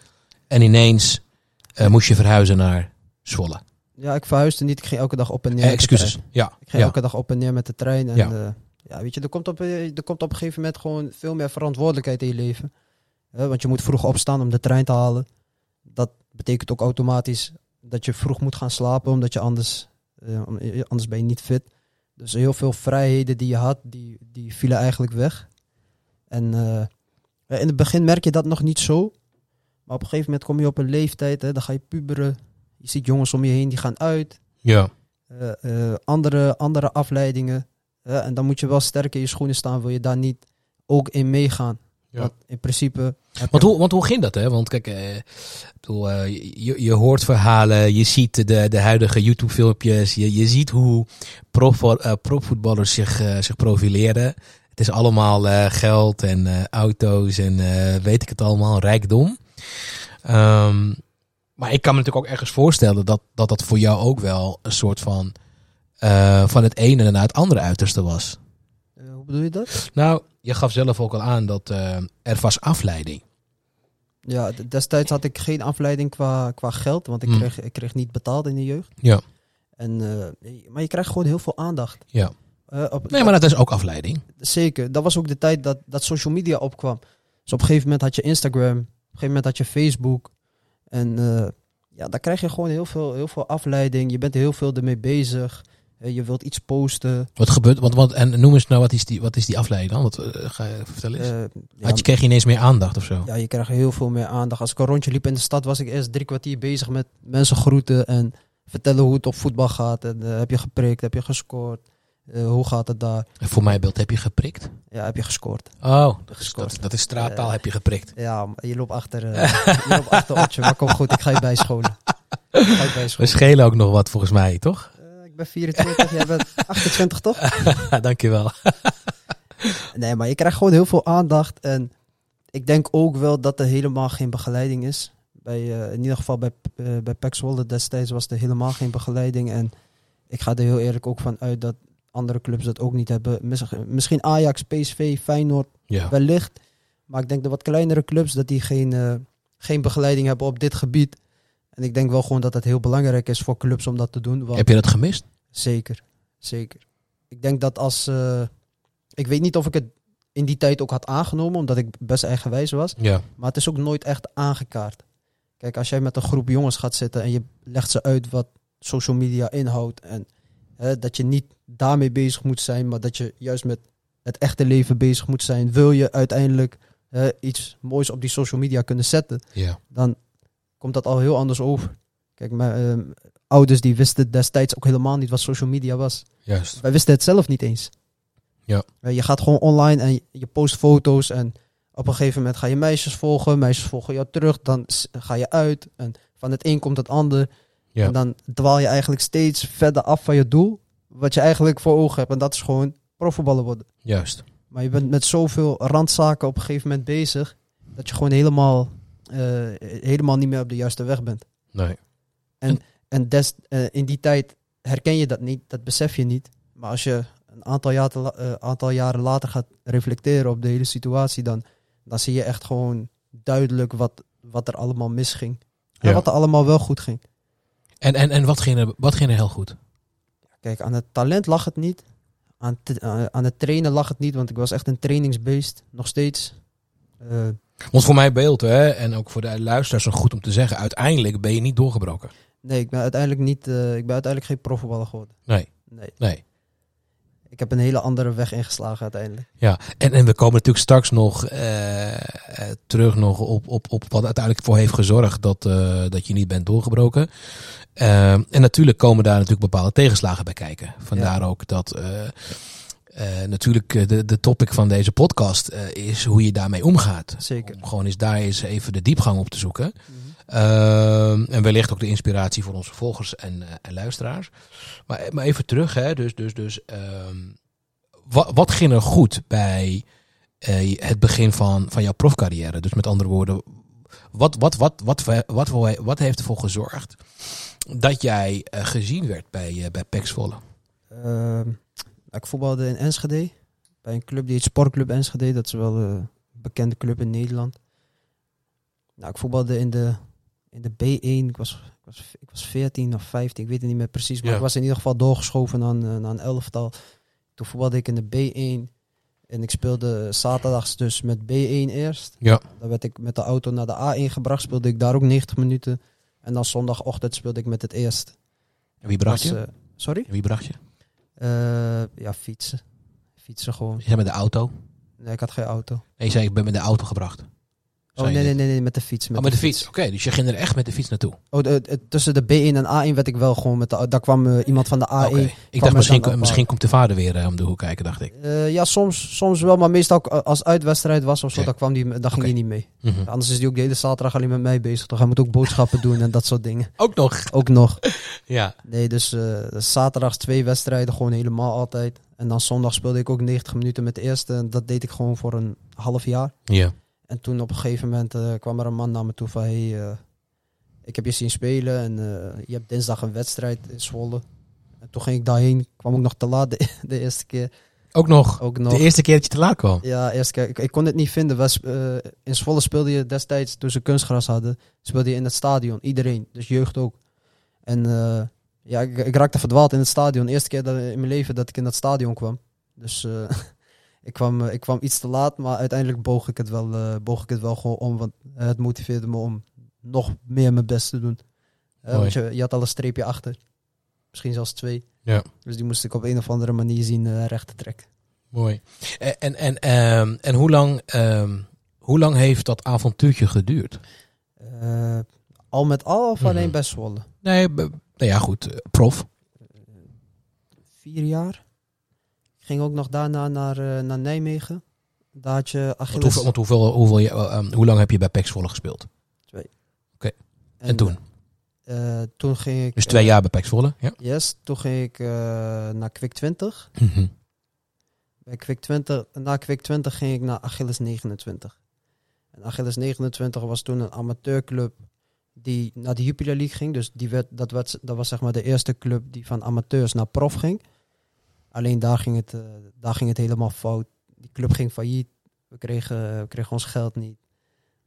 [SPEAKER 1] En ineens eh, moest je verhuizen naar Zwolle.
[SPEAKER 2] ja, ik verhuisde niet. Ik ging elke dag op en neer.
[SPEAKER 1] Eh,
[SPEAKER 2] met de
[SPEAKER 1] excuses,
[SPEAKER 2] trein.
[SPEAKER 1] ja.
[SPEAKER 2] Ik ging
[SPEAKER 1] ja.
[SPEAKER 2] elke dag op en neer met de trein. En,
[SPEAKER 1] Ja.
[SPEAKER 2] ja. ja, weet je, er komt, op, eh, er komt op een gegeven moment gewoon veel meer verantwoordelijkheid in je leven. Hè, want je moet vroeg opstaan om de trein te halen. Dat betekent ook automatisch dat je vroeg moet gaan slapen, omdat je anders, eh, om- eh, anders ben je niet fit. Dus heel veel vrijheden die je had, die, die vielen eigenlijk weg. En eh, ja, in het begin merk je dat nog niet zo. Maar op een gegeven moment kom je op een leeftijd, hè, dan ga je puberen. Je ziet jongens om je heen, die gaan uit
[SPEAKER 1] ja.
[SPEAKER 2] eh, eh, andere, andere afleidingen. hè, en dan moet je wel sterk in je schoenen staan, wil je daar niet ook in meegaan.
[SPEAKER 1] Ja.
[SPEAKER 2] Want in principe. heb
[SPEAKER 1] Want
[SPEAKER 2] je-
[SPEAKER 1] hoe, want hoe ging dat, hè? Want kijk, eh, ik bedoel, eh, je, je hoort verhalen, je ziet de, de huidige YouTube-filmpjes, je, je ziet hoe prof, eh, profvoetballers zich, eh, zich profileren. Het is allemaal eh, geld en eh, auto's en eh, weet ik het allemaal, rijkdom. Ehm, maar ik kan me natuurlijk ook ergens voorstellen dat dat, dat voor jou ook wel een soort van eh, van het ene naar het andere uiterste was.
[SPEAKER 2] eh, hoe bedoel je dat?
[SPEAKER 1] Nou, je gaf zelf ook al aan dat eh, er was afleiding.
[SPEAKER 2] Ja, d- destijds had ik geen afleiding qua, qua geld, want ik,
[SPEAKER 1] Hmm.
[SPEAKER 2] kreeg, ik kreeg niet betaald in de jeugd.
[SPEAKER 1] Ja.
[SPEAKER 2] En, eh, maar je krijgt gewoon heel veel aandacht.
[SPEAKER 1] Ja.
[SPEAKER 2] Eh, Eh, op,
[SPEAKER 1] Nee, maar dat is ook afleiding.
[SPEAKER 2] Zeker. Dat was ook de tijd dat, dat social media opkwam. Dus op een gegeven moment had je Instagram. Op een gegeven moment had je Facebook. En eh, ja, daar krijg je gewoon heel veel, heel veel afleiding. Je bent heel veel ermee bezig. Eh, je wilt iets posten.
[SPEAKER 1] Wat gebeurt, want, want, en noem eens nou, wat is die, wat is die afleiding dan? Wat, eh, ga je, vertel eens.
[SPEAKER 2] Eh, ja,
[SPEAKER 1] Had je, kreeg je ineens meer aandacht of zo?
[SPEAKER 2] ja, je krijgt heel veel meer aandacht. Als ik een rondje liep in de stad, was ik eerst drie kwartier bezig met mensen groeten en vertellen hoe het op voetbal gaat. En, eh, heb je geprikt? Heb je gescoord? Eh, hoe gaat het daar?
[SPEAKER 1] En Voor mijn beeld heb je geprikt.
[SPEAKER 2] Ja, heb je gescoord?
[SPEAKER 1] Oh, dat is,
[SPEAKER 2] Gescoord.
[SPEAKER 1] dat, dat is straattaal,
[SPEAKER 2] Eh.
[SPEAKER 1] heb je geprikt.
[SPEAKER 2] Ja, maar je loopt achter, eh, je loopt achter Otje, maar kom goed, ik ga je bijscholen. Ik ga je
[SPEAKER 1] We
[SPEAKER 2] bijscholen.
[SPEAKER 1] schelen ook nog wat volgens mij, toch?
[SPEAKER 2] Eh, ik ben 24, jij bent 28 toch?
[SPEAKER 1] Dankjewel.
[SPEAKER 2] Nee, maar je krijgt gewoon heel veel aandacht. En ik denk ook wel dat er helemaal geen begeleiding is. Bij, eh, in ieder geval bij, eh bij Pax Zwolle destijds was er helemaal geen begeleiding. En ik ga er heel eerlijk ook van uit dat andere clubs dat ook niet hebben. Mis- Misschien Ajax, PSV, Feyenoord
[SPEAKER 1] Ja.
[SPEAKER 2] wellicht. Maar ik denk de wat kleinere clubs dat die geen, eh, geen begeleiding hebben op dit gebied. En ik denk wel gewoon dat het heel belangrijk is voor clubs om dat te doen. Want
[SPEAKER 1] Heb je dat gemist?
[SPEAKER 2] Zeker, zeker. Ik denk dat als. eh, ik weet niet of ik het in die tijd ook had aangenomen, omdat ik best eigenwijs was.
[SPEAKER 1] Ja.
[SPEAKER 2] Maar het is ook nooit echt aangekaart. Kijk, als jij met een groep jongens gaat zitten en je legt ze uit wat social media inhoudt. En hè, dat je niet daarmee bezig moet zijn, maar dat je juist met het echte leven bezig moet zijn. Wil je uiteindelijk hè, iets moois op die social media kunnen zetten?
[SPEAKER 1] ja.
[SPEAKER 2] dan komt dat al heel anders over. Kijk, mijn ehm, ouders die wisten destijds ook helemaal niet wat social media was.
[SPEAKER 1] Juist.
[SPEAKER 2] Wij wisten het zelf niet eens.
[SPEAKER 1] Ja.
[SPEAKER 2] Eh, Je gaat gewoon online en je post foto's en op een gegeven moment ga je meisjes volgen, meisjes volgen jou terug, dan s- ga je uit en van het een komt het ander.
[SPEAKER 1] Ja.
[SPEAKER 2] En dan dwaal je eigenlijk steeds verder af van je doel, wat je eigenlijk voor ogen hebt. En dat is gewoon profvoetballer worden.
[SPEAKER 1] Juist.
[SPEAKER 2] Maar je bent met zoveel randzaken op een gegeven moment bezig. dat je gewoon helemaal, eh, helemaal niet meer op de juiste weg bent.
[SPEAKER 1] Nee.
[SPEAKER 2] En des, eh, in die tijd herken je dat niet, dat besef je niet. Maar als je een aantal, jaar te la- eh, aantal jaren later gaat reflecteren op de hele situatie. dan, dan zie je echt gewoon duidelijk wat, wat er allemaal misging. En
[SPEAKER 1] Ja.
[SPEAKER 2] wat er allemaal wel goed ging.
[SPEAKER 1] En, en, en wat, ging er, wat ging er heel goed?
[SPEAKER 2] Kijk, aan het talent lag het niet. Aan, t- eh, aan het trainen lag het niet, want ik was echt een trainingsbeest. Nog steeds. Eh,
[SPEAKER 1] Want voor mijn beeld, hè, en ook voor de luisteraars, nog goed om te zeggen, uiteindelijk ben je niet doorgebroken.
[SPEAKER 2] Nee, ik ben uiteindelijk, niet, eh, ik ben uiteindelijk geen profvoetballer geworden.
[SPEAKER 1] Nee.
[SPEAKER 2] Nee.
[SPEAKER 1] Nee.
[SPEAKER 2] Ik heb een hele andere weg ingeslagen uiteindelijk.
[SPEAKER 1] Ja, en, en we komen natuurlijk straks nog eh, eh, terug nog op, op, op wat uiteindelijk voor heeft gezorgd dat, eh, dat je niet bent doorgebroken. Ehm, en natuurlijk komen daar natuurlijk bepaalde tegenslagen bij kijken. Vandaar ook dat eh, eh, natuurlijk eh, de, de topic van deze podcast eh, is hoe je daarmee omgaat.
[SPEAKER 2] Zeker.
[SPEAKER 1] Om gewoon eens daar eens even de diepgang op te zoeken. Ehm, en wellicht ook de inspiratie voor onze volgers en, eh, en luisteraars. Maar, maar even terug, hè. dus, dus, dus ehm, wat, wat ging er goed bij eh, het begin van, van jouw profcarrière? Dus met andere woorden, wat, wat, wat, wat, wat, wat, wat, heeft ervoor gezorgd dat jij eh, gezien werd bij, eh, bij Pax Volle?
[SPEAKER 2] Ehm, ik voetbalde in Enschede. Bij een club die heet Sportclub Enschede. Dat is wel eh, een bekende club in Nederland. Nou, ik voetbalde in de, in de B1. Ik was, ik, was, ik was 14 of 15, ik weet het niet meer precies. Maar
[SPEAKER 1] Ja.
[SPEAKER 2] ik was in ieder geval doorgeschoven aan, eh, naar een elftal. Toen voetbalde ik in de B1. En ik speelde zaterdags dus met B1 eerst.
[SPEAKER 1] Ja.
[SPEAKER 2] Dan werd ik met de auto naar de A1 gebracht. Speelde ik daar ook 90 minuten. En dan zondagochtend speelde ik met het eerst.
[SPEAKER 1] En wie bracht
[SPEAKER 2] Was,
[SPEAKER 1] je?
[SPEAKER 2] eh, sorry?
[SPEAKER 1] En Wie bracht je?
[SPEAKER 2] Eh, ja, fietsen. Fietsen gewoon.
[SPEAKER 1] Je zei met de auto.
[SPEAKER 2] Nee, ik had geen auto.
[SPEAKER 1] Nee, je zei ik ben met de auto gebracht.
[SPEAKER 2] Oh,
[SPEAKER 1] Zei
[SPEAKER 2] nee,
[SPEAKER 1] je
[SPEAKER 2] nee,
[SPEAKER 1] dit?
[SPEAKER 2] nee, nee, met de fiets. Met
[SPEAKER 1] Oh, met de fiets. Oké, dus je ging er echt met de fiets naartoe.
[SPEAKER 2] Oh, de- de- tussen de B1 en A1 werd ik wel gewoon met de au- Daar kwam eh, iemand van de A1.
[SPEAKER 1] Oké. Ik
[SPEAKER 2] mij
[SPEAKER 1] dacht misschien,
[SPEAKER 2] dan
[SPEAKER 1] ko- misschien komt de vader weer eh, om de hoek kijken, dacht ik.
[SPEAKER 2] Eh, ja, soms, soms wel, maar meestal ook, eh, als uitwedstrijd was of zo,
[SPEAKER 1] Oké.
[SPEAKER 2] dan, kwam die, dan ging
[SPEAKER 1] Oké.
[SPEAKER 2] die niet mee.
[SPEAKER 1] Mhm.
[SPEAKER 2] Anders is die ook de hele zaterdag alleen met mij bezig. Toch? Hij moet ook boodschappen doen en dat soort dingen.
[SPEAKER 1] Ook nog.
[SPEAKER 2] Ook nog.
[SPEAKER 1] Ja.
[SPEAKER 2] Nee, dus eh, zaterdags twee wedstrijden gewoon helemaal altijd. En dan zondag speelde ik ook 90 minuten met de eerste. En dat deed ik gewoon voor een half jaar.
[SPEAKER 1] Ja.
[SPEAKER 2] En toen op een gegeven moment eh, kwam er een man naar me toe van... Hey, eh, ik heb je zien spelen en eh, je hebt dinsdag een wedstrijd in Zwolle. En toen ging ik daarheen. kwam ook nog te laat de, de eerste keer.
[SPEAKER 1] Ook nog.
[SPEAKER 2] Ook nog.
[SPEAKER 1] De eerste keer dat je te laat kwam.
[SPEAKER 2] Ja, eerste keer. Ik, ik kon het niet vinden. Was, eh, in Zwolle speelde je destijds, toen ze kunstgras hadden... speelde je in het stadion. Iedereen. Dus jeugd ook. En eh, ja, ik, ik raakte verdwaald in het stadion. Eerste keer dat, in mijn leven dat ik in dat stadion kwam. Dus eh, ik, kwam, eh, ik kwam iets te laat, maar uiteindelijk boog ik het wel, eh, boog ik het wel gewoon om. Want eh, het motiveerde me om nog meer mijn best te doen. Eh,
[SPEAKER 1] Mooi.
[SPEAKER 2] want je, je had al een streepje achter. Misschien zelfs twee.
[SPEAKER 1] Ja.
[SPEAKER 2] Dus die moest ik op een of andere manier zien eh, recht te trekken.
[SPEAKER 1] Mooi. En, en, en, ehm, en hoe, lang, ehm, hoe lang heeft dat avontuurtje geduurd?
[SPEAKER 2] Eh, al met al of alleen
[SPEAKER 1] Mhm.
[SPEAKER 2] bij Zwolle?
[SPEAKER 1] Nee, be- nou ja, goed. eh, Prof.
[SPEAKER 2] Vier jaar. Ik ging ook nog daarna naar, eh, naar Nijmegen. Daar had je
[SPEAKER 1] Want
[SPEAKER 2] Achilles.
[SPEAKER 1] hoeveel, want hoeveel, hoeveel, je- eh, ehm, hoe lang heb je bij PEC Zwolle gespeeld? En, toen?
[SPEAKER 2] eh, toen ging ik...
[SPEAKER 1] Dus twee
[SPEAKER 2] eh,
[SPEAKER 1] jaar bij PEC Zwolle? Ja.
[SPEAKER 2] Yes, toen ging ik eh, naar Quick 20.
[SPEAKER 1] Mhm.
[SPEAKER 2] Bij Quick 20. Na Quick 20 ging ik naar Achilles 29. En Achilles 29 was toen een amateurclub die naar de Jupiler League ging. Dus die werd, dat, werd, dat was zeg maar de eerste club die van amateurs naar prof ging. Alleen daar ging het, eh, daar ging het helemaal fout. Die club ging failliet. We kregen, we kregen ons geld niet.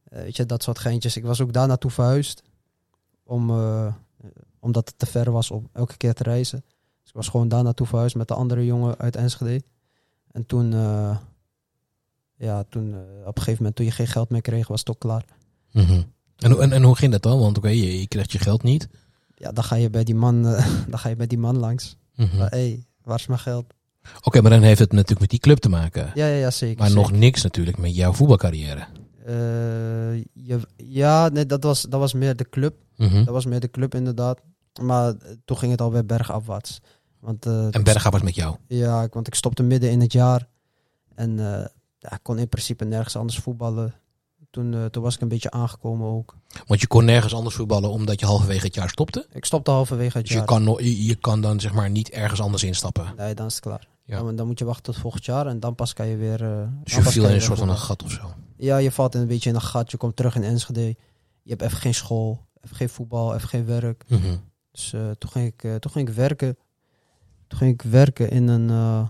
[SPEAKER 2] Eh, weet je, dat soort geintjes. Ik was ook daar naartoe verhuisd. Om, eh, eh, omdat het te ver was om elke keer te reizen. Dus ik was gewoon daar naartoe verhuisd met de andere jongen uit Enschede. En toen, eh, ja, toen eh, op een gegeven moment, toen je geen geld meer kreeg, was het ook klaar.
[SPEAKER 1] Mhm. En, hoe- en, en hoe ging dat dan? Want oké, je, je krijgt je geld niet.
[SPEAKER 2] Ja, dan ga je bij die man, eh, dan ga je bij die man langs.
[SPEAKER 1] Mhm.
[SPEAKER 2] Hé, hey, waar is mijn geld?
[SPEAKER 1] Oké, maar dan heeft het natuurlijk met die club te maken.
[SPEAKER 2] Ja, ja, ja zeker.
[SPEAKER 1] Maar
[SPEAKER 2] zeker.
[SPEAKER 1] nog niks natuurlijk met jouw voetbalcarrière.
[SPEAKER 2] Eh, je, ja, nee, dat was, dat was meer de club.
[SPEAKER 1] Mhm.
[SPEAKER 2] Dat was meer de club inderdaad. Maar eh, toen ging het alweer bergafwaarts. Want, eh,
[SPEAKER 1] En Berga was met jou.
[SPEAKER 2] Ja, ik- want ik stopte midden in het jaar. En eh, ja, ik kon in principe nergens anders voetballen. Toen, eh, toen was ik een beetje aangekomen ook.
[SPEAKER 1] Want je kon nergens anders voetballen omdat je halverwege het jaar stopte.
[SPEAKER 2] Ik stopte halverwege het
[SPEAKER 1] Dus je
[SPEAKER 2] jaar.
[SPEAKER 1] kan, no- je, je kan dan zeg maar niet ergens anders instappen.
[SPEAKER 2] Nee, dan is het klaar.
[SPEAKER 1] Ja.
[SPEAKER 2] Dan, dan moet je wachten tot volgend jaar en dan pas kan je weer... eh, dan
[SPEAKER 1] Dus
[SPEAKER 2] pas
[SPEAKER 1] je
[SPEAKER 2] kan
[SPEAKER 1] viel in een
[SPEAKER 2] weer
[SPEAKER 1] soort van een
[SPEAKER 2] voetballen.
[SPEAKER 1] gat of zo.
[SPEAKER 2] Ja, je valt in een beetje in een gat. Je komt terug in Enschede. Je hebt even geen school, even geen voetbal, even geen werk.
[SPEAKER 1] Mhm.
[SPEAKER 2] Dus eh, toen, ging ik, eh, toen ging ik werken. Toen ging ik werken in een, eh,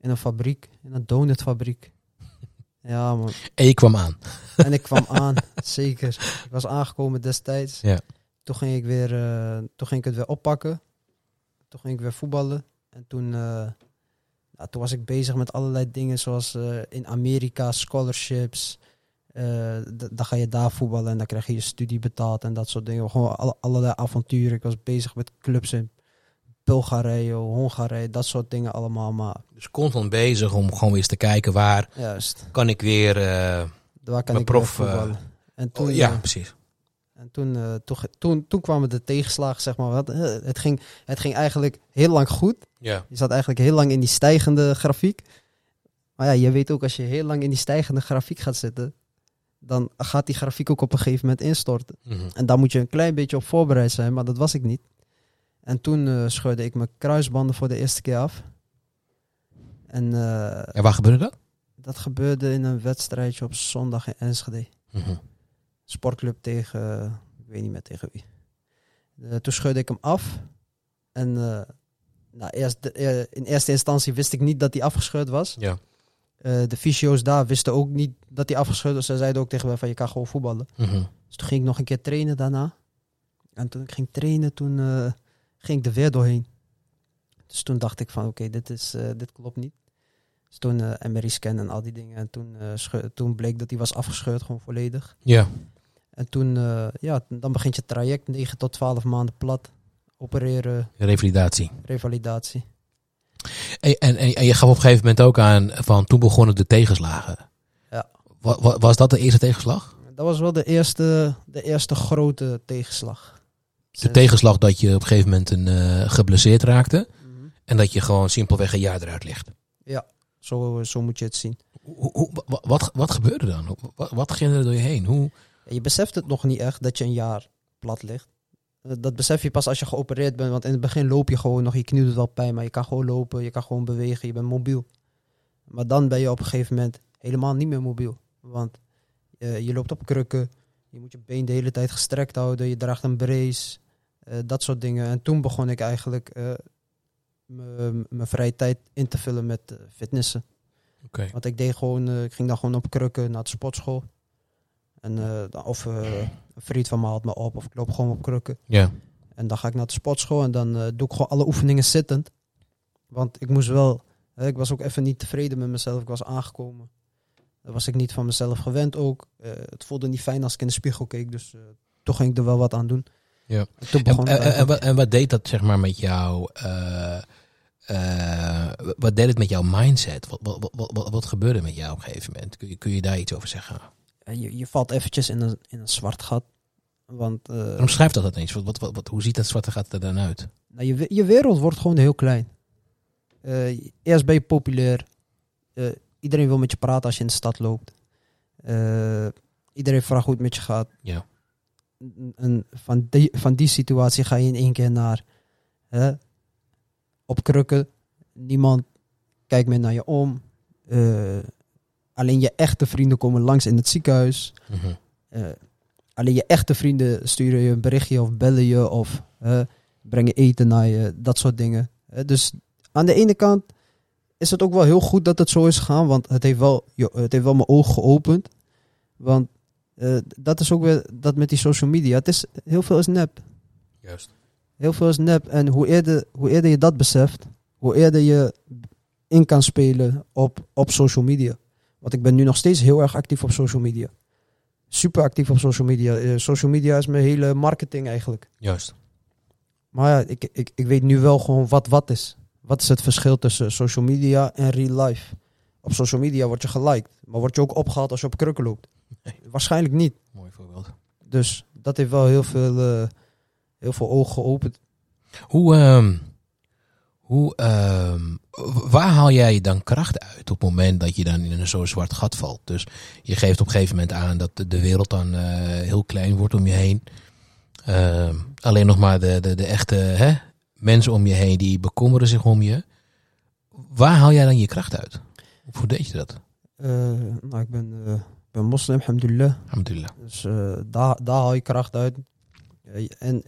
[SPEAKER 2] in een fabriek, in een donutfabriek. Ja, man.
[SPEAKER 1] En je kwam aan.
[SPEAKER 2] En ik kwam aan, zeker. Ik was aangekomen destijds.
[SPEAKER 1] Ja.
[SPEAKER 2] Toen, ging ik weer, eh, toen ging ik het weer oppakken. Toen ging ik weer voetballen. En toen, eh, ja, toen was ik bezig met allerlei dingen zoals eh, in Amerika, scholarships. Eh, d- dan ga je daar voetballen en dan krijg je je studie betaald en dat soort dingen. Gewoon alle- allerlei avonturen. Ik was bezig met clubs in Bulgarije, Hongarije, dat soort dingen allemaal. Maar
[SPEAKER 1] Dus constant bezig om gewoon weer eens te kijken waar
[SPEAKER 2] juist,
[SPEAKER 1] kan ik weer... eh,
[SPEAKER 2] daar kan
[SPEAKER 1] Maar
[SPEAKER 2] ik weer
[SPEAKER 1] prof, eh,
[SPEAKER 2] voetballen. en toen,
[SPEAKER 1] oh, ja,
[SPEAKER 2] eh,
[SPEAKER 1] precies.
[SPEAKER 2] En toen, eh, toen, ge- toen, toen kwamen de tegenslagen, zeg maar. Want, eh, Het ging, het ging eigenlijk heel lang goed.
[SPEAKER 1] Ja.
[SPEAKER 2] Je zat eigenlijk heel lang in die stijgende grafiek. Maar ja, je weet ook, als je heel lang in die stijgende grafiek gaat zitten, dan gaat die grafiek ook op een gegeven moment instorten.
[SPEAKER 1] Mhm.
[SPEAKER 2] En daar moet je een klein beetje op voorbereid zijn, maar dat was ik niet. En toen eh, scheurde ik mijn kruisbanden voor de eerste keer af. En eh,
[SPEAKER 1] En waar gebeurde dat?
[SPEAKER 2] dat gebeurde in een wedstrijdje op zondag in Enschede
[SPEAKER 1] Mhm.
[SPEAKER 2] sportclub tegen, eh, ik weet niet meer tegen wie. Eh, toen schudde ik hem af. En eh, nou, eerst, de- eh, in eerste instantie wist ik niet dat hij afgeschud was.
[SPEAKER 1] Ja.
[SPEAKER 2] Eh, de fysio's daar wisten ook niet dat hij afgeschud was. Ze zeiden ook tegen mij van je kan gewoon voetballen.
[SPEAKER 1] Mhm.
[SPEAKER 2] Dus toen ging ik nog een keer trainen daarna. En toen ik ging trainen, toen eh, ging ik er weer doorheen. Dus toen dacht ik van oké, dit, is, eh, dit klopt niet. Dus toen eh MRI-scan en al die dingen. En toen, eh, schu- toen bleek dat hij was afgescheurd, gewoon volledig.
[SPEAKER 1] Ja.
[SPEAKER 2] En toen, eh, ja, t- dan begint je traject 9 tot 12 maanden plat. Opereren,
[SPEAKER 1] Revalidatie.
[SPEAKER 2] revalidatie.
[SPEAKER 1] En, en, en- en je gaf op een gegeven moment ook aan van toen begonnen de tegenslagen.
[SPEAKER 2] Ja.
[SPEAKER 1] Wa- wa- was dat de eerste tegenslag?
[SPEAKER 2] Dat was wel de eerste, de eerste grote tegenslag.
[SPEAKER 1] De tegenslag dat je op een gegeven moment een, eh, geblesseerd raakte.
[SPEAKER 2] Mhm.
[SPEAKER 1] En dat je gewoon simpelweg een jaar eruit ligt.
[SPEAKER 2] Zo, zo moet je het zien.
[SPEAKER 1] Hoe, hoe- wa- wat, wat gebeurde dan? Hoe- Wat, wat ging er door je heen? Hoe?
[SPEAKER 2] Je beseft het nog niet echt dat je een jaar plat ligt. Eh, Dat besef je pas als je geopereerd bent. Want in het begin loop je gewoon nog. Je knie doet wel pijn, maar je kan gewoon lopen. Je kan gewoon bewegen. Je bent mobiel. Maar dan ben je op een gegeven moment helemaal niet meer mobiel. Want eh, je loopt op krukken. Je moet je been de hele tijd gestrekt houden. Je draagt een brace. eh, dat soort dingen. En toen begon ik eigenlijk eh, m- mijn vrije tijd in te vullen met eh, fitnessen.
[SPEAKER 1] Oké.
[SPEAKER 2] Want ik deed gewoon, eh, ik ging dan gewoon op krukken naar de sportschool. En, eh, dan- of eh, een vriend van me haalt me op, of ik loop gewoon op krukken.
[SPEAKER 1] Ja.
[SPEAKER 2] En dan ga ik naar de sportschool en dan eh, doe ik gewoon alle oefeningen zittend. Want ik moest wel Eh, ik was ook even niet tevreden met mezelf. Ik was aangekomen. Dat was ik niet van mezelf gewend ook. Eh, het voelde niet fijn als ik in de spiegel keek. Dus eh, toch ging ik er wel wat aan doen.
[SPEAKER 1] Ja.
[SPEAKER 2] En toen
[SPEAKER 1] En, eh,
[SPEAKER 2] begon
[SPEAKER 1] en-
[SPEAKER 2] het
[SPEAKER 1] en- en wat,
[SPEAKER 2] eigenlijk.
[SPEAKER 1] en wat deed dat zeg maar met jou? eh, eh, wat deed het met jouw mindset? Wat, wat, wat, wat, wat gebeurde met jou op een gegeven moment? Kun je, kun je daar iets over zeggen?
[SPEAKER 2] En je, je valt eventjes in een, in een zwart gat. Want eh,
[SPEAKER 1] Omschrijf dat dan eens. Wat, wat, wat, wat- hoe ziet dat zwarte gat er dan uit?
[SPEAKER 2] nou, je, we- je wereld wordt gewoon heel klein. Eh, eerst ben je populair. Eh, iedereen wil met je praten als je in de stad loopt. Eh, iedereen vraagt hoe het met je gaat.
[SPEAKER 1] Ja.
[SPEAKER 2] N- En van, die, van die situatie ga je in één keer naar hè, op krukken. Niemand kijkt meer naar je om. Eh, alleen je echte vrienden komen langs in het ziekenhuis.
[SPEAKER 1] Mhm.
[SPEAKER 2] Eh, alleen je echte vrienden sturen je een berichtje of bellen je of eh, brengen eten naar je, dat soort dingen. Eh, dus aan de ene kant is het ook wel heel goed dat het zo is gegaan, want het heeft wel, jo- het heeft wel mijn oog geopend. Want eh, dat is ook weer dat met die social media. Het is, heel veel is nep.
[SPEAKER 1] Juist.
[SPEAKER 2] Heel veel is nep. En hoe eerder, hoe eerder je dat beseft, hoe eerder je in kan spelen op, op social media. Want ik ben nu nog steeds heel erg actief op social media. Super actief op social media. Eh, social media is mijn hele marketing eigenlijk.
[SPEAKER 1] Juist.
[SPEAKER 2] Maar ja, ik, ik, ik weet nu wel gewoon wat wat is. Wat is het verschil tussen social media en real life? Op social media word je geliked. Maar word je ook opgehaald als je op krukken loopt?
[SPEAKER 1] Nee.
[SPEAKER 2] Waarschijnlijk niet.
[SPEAKER 1] Mooi voorbeeld.
[SPEAKER 2] Dus dat heeft wel heel veel, eh, heel veel ogen geopend.
[SPEAKER 1] Hoe, ehm, hoe, ehm, w- waar haal jij je dan kracht uit op het moment dat je dan in een zo zwart gat valt? Dus je geeft op een gegeven moment aan dat de- de wereld dan eh, heel klein wordt om je heen. Ehm, alleen nog maar de, de, de echte hè, mensen om je heen die bekommeren zich om je. Waar haal jij dan je kracht uit? Hoe deed je dat?
[SPEAKER 2] Eh, nou, ik ben, eh, ik ben moslim, alhamdulillah.
[SPEAKER 1] Alhamdulillah.
[SPEAKER 2] Dus eh, daar, daar haal je kracht uit. Eh, je- en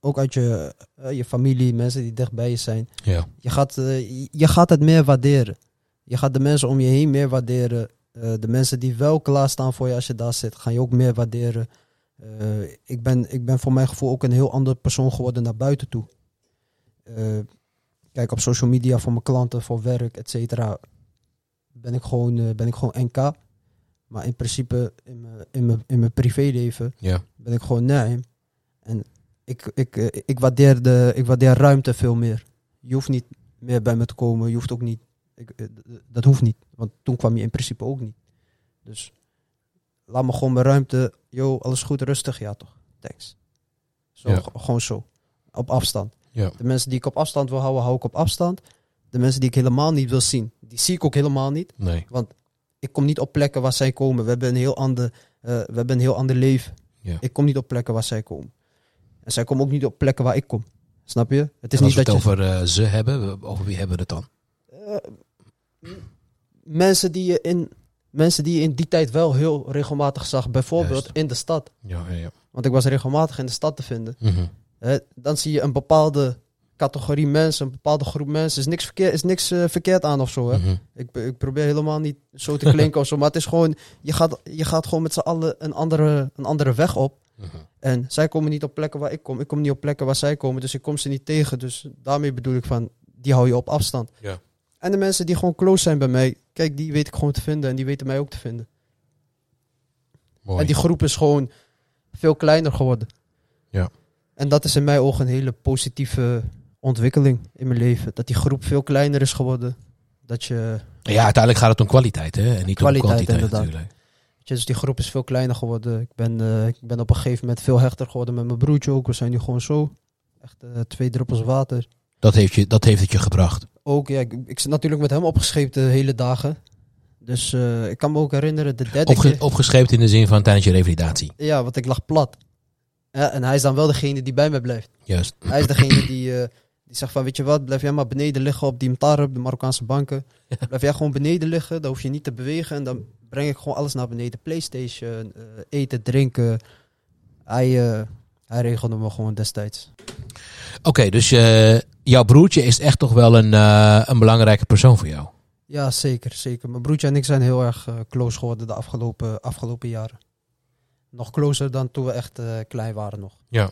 [SPEAKER 2] ook uit je, eh, je familie, mensen die dichtbij je zijn.
[SPEAKER 1] Ja.
[SPEAKER 2] Je gaat, eh, je- je gaat het meer waarderen. Je gaat de mensen om je heen meer waarderen. Eh, de mensen die wel klaarstaan voor je als je daar zit, gaan je ook meer waarderen. Eh, ik, ben, ik ben voor mijn gevoel ook een heel ander persoon geworden naar buiten toe. Eh, kijk, op social media voor mijn klanten, voor werk, et cetera, ben ik gewoon, eh, ben ik gewoon NK. Maar in principe, in mijn, in mijn, in mijn privéleven,
[SPEAKER 1] Ja.
[SPEAKER 2] ben ik gewoon Naim. En ik, ik, eh, ik, waardeer de, ik waardeer ruimte veel meer. Je hoeft niet meer bij me te komen. Je hoeft ook niet. Ik, eh, d- d- dat hoeft niet. Want toen kwam je in principe ook niet. Dus laat me gewoon mijn ruimte. Yo, alles goed, rustig. Ja, toch? Thanks. Zo,
[SPEAKER 1] Ja.
[SPEAKER 2] g- Gewoon zo. Op afstand.
[SPEAKER 1] Ja.
[SPEAKER 2] De mensen die ik op afstand wil houden, hou ik op afstand. De mensen die ik helemaal niet wil zien, die zie ik ook helemaal niet
[SPEAKER 1] Nee.
[SPEAKER 2] ik kom niet op plekken waar zij komen. We hebben een heel ander, eh, we hebben een heel ander leven.
[SPEAKER 1] Ja.
[SPEAKER 2] Ik kom niet op plekken waar zij komen. En zij komen ook niet op plekken waar ik kom. Snap je? Het is
[SPEAKER 1] En als
[SPEAKER 2] niet
[SPEAKER 1] we
[SPEAKER 2] dat
[SPEAKER 1] het
[SPEAKER 2] je...
[SPEAKER 1] over eh, ze hebben, we- over wie hebben we het dan?
[SPEAKER 2] Eh, m- mensen, die je in, mensen die je in die tijd wel heel regelmatig zag. Bijvoorbeeld
[SPEAKER 1] Juist.
[SPEAKER 2] in de stad.
[SPEAKER 1] Ja, ja, ja.
[SPEAKER 2] Want ik was regelmatig in de stad te vinden.
[SPEAKER 1] Mhm,
[SPEAKER 2] Hè, dan zie je een bepaalde categorie mensen, een bepaalde groep mensen. Is niks verkeerd, is niks, eh, verkeerd aan of zo. Hè?
[SPEAKER 1] mhm,
[SPEAKER 2] Ik, ik probeer helemaal niet zo te klinken of zo. Maar het is gewoon, je gaat, je gaat gewoon met z'n allen een andere, een andere weg op.
[SPEAKER 1] mhm.
[SPEAKER 2] En zij komen niet op plekken waar ik kom. Ik kom niet op plekken waar zij komen. Dus ik kom ze niet tegen. Dus daarmee bedoel ik van, die hou je op afstand.
[SPEAKER 1] Ja.
[SPEAKER 2] En de mensen die gewoon close zijn bij mij, kijk, die weet ik gewoon te vinden. En die weten mij ook te vinden.
[SPEAKER 1] Mooi.
[SPEAKER 2] En die groep is gewoon veel kleiner geworden.
[SPEAKER 1] Ja.
[SPEAKER 2] En dat is in mijn ogen een hele positieve ontwikkeling in mijn leven. Dat die groep veel kleiner is geworden. Dat je
[SPEAKER 1] Ja, uiteindelijk gaat het om kwaliteit hè? en niet om
[SPEAKER 2] Kwaliteit,
[SPEAKER 1] kwantiteit
[SPEAKER 2] inderdaad.
[SPEAKER 1] natuurlijk.
[SPEAKER 2] Weet je, Dus die groep is veel kleiner geworden. Ik ben, eh, ik ben op een gegeven moment veel hechter geworden met mijn broertje ook. We zijn nu gewoon zo. Echt eh, twee druppels water.
[SPEAKER 1] Dat heeft, je, dat heeft het je gebracht.
[SPEAKER 2] Ook, ja, ik, ik zit natuurlijk met hem opgescheept de hele dagen. Dus eh, ik kan me ook herinneren, de derde
[SPEAKER 1] Opge,
[SPEAKER 2] keer...
[SPEAKER 1] opgescheept in de zin van tijdens je revalidatie.
[SPEAKER 2] Ja, want ik lag plat. Ja, en hij is dan wel degene die bij me blijft.
[SPEAKER 1] Juist.
[SPEAKER 2] Hij is degene die, eh, die zegt van, weet je wat, blijf jij maar beneden liggen op die mtarp, de Marokkaanse banken. Blijf jij gewoon beneden liggen, dan hoef je niet te bewegen. En dan breng ik gewoon alles naar beneden. Playstation, eh, eten, drinken. Hij, eh, hij regelde me gewoon destijds.
[SPEAKER 1] Oké, dus eh, jouw broertje is echt toch wel een, eh, een belangrijke persoon voor jou.
[SPEAKER 2] Ja, zeker, zeker. Mijn broertje en ik zijn heel erg eh, close geworden de afgelopen, afgelopen jaren. Nog closer dan toen we echt eh, klein waren nog.
[SPEAKER 1] Ja.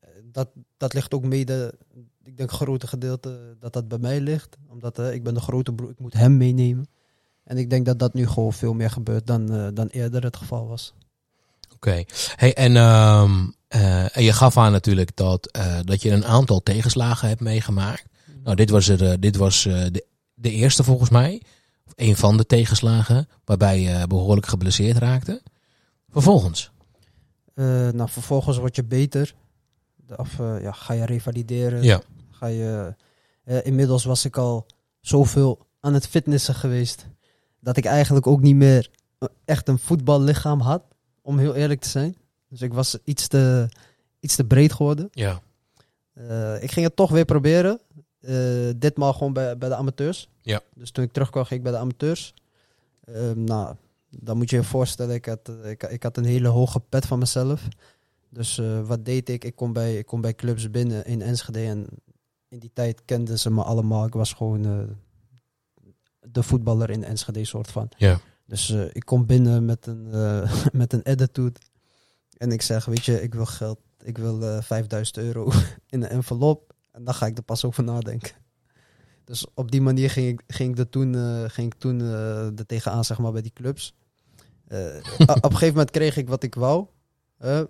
[SPEAKER 2] Eh, Dat, dat ligt ook mede ik denk grote gedeelte dat dat bij mij ligt. Omdat eh, ik ben de grote broer, ik moet hem meenemen. En ik denk dat dat nu gewoon veel meer gebeurt dan, eh, dan eerder het geval was.
[SPEAKER 1] Oké. Hey, en, ehm, eh, en je gaf aan natuurlijk dat, eh, dat je een aantal tegenslagen hebt meegemaakt. Nou, dit was, er, eh, dit was eh, de, de eerste volgens mij. Of een van de tegenslagen waarbij je behoorlijk geblesseerd raakte. Vervolgens.
[SPEAKER 2] Eh, nou, vervolgens word je beter. De- Of eh, ja, ga je revalideren.
[SPEAKER 1] Ja.
[SPEAKER 2] Ga je, eh, inmiddels was ik al zoveel aan het fitnessen geweest. Dat ik eigenlijk ook niet meer eh, echt een voetballichaam had. Om heel eerlijk te zijn. Dus ik was iets te, iets te breed geworden.
[SPEAKER 1] Ja.
[SPEAKER 2] Eh, ik ging het toch weer proberen. Eh, ditmaal gewoon bij, bij de amateurs.
[SPEAKER 1] Ja.
[SPEAKER 2] Dus toen ik terugkwam, ging ik bij de amateurs. Ehm, nou, dan moet je je voorstellen, ik had, eh, ik, ik had een hele hoge pet van mezelf. Dus eh, wat deed ik? Ik kom bij, ik kom bij clubs binnen in Enschede. En in die tijd kenden ze me allemaal. Ik was gewoon eh, de voetballer in Enschede, soort van.
[SPEAKER 1] Ja.
[SPEAKER 2] Dus eh, ik kom binnen met een, eh, met een attitude. En ik zeg, weet je, ik wil geld. Ik wil eh, 5000 euro in een envelop. En dan ga ik er pas over nadenken. Dus op die manier ging ik, ging ik er toen, eh, ging ik toen eh er tegenaan, zeg maar, bij die clubs. Eh, op een gegeven moment kreeg ik wat ik wou. Eh, eh,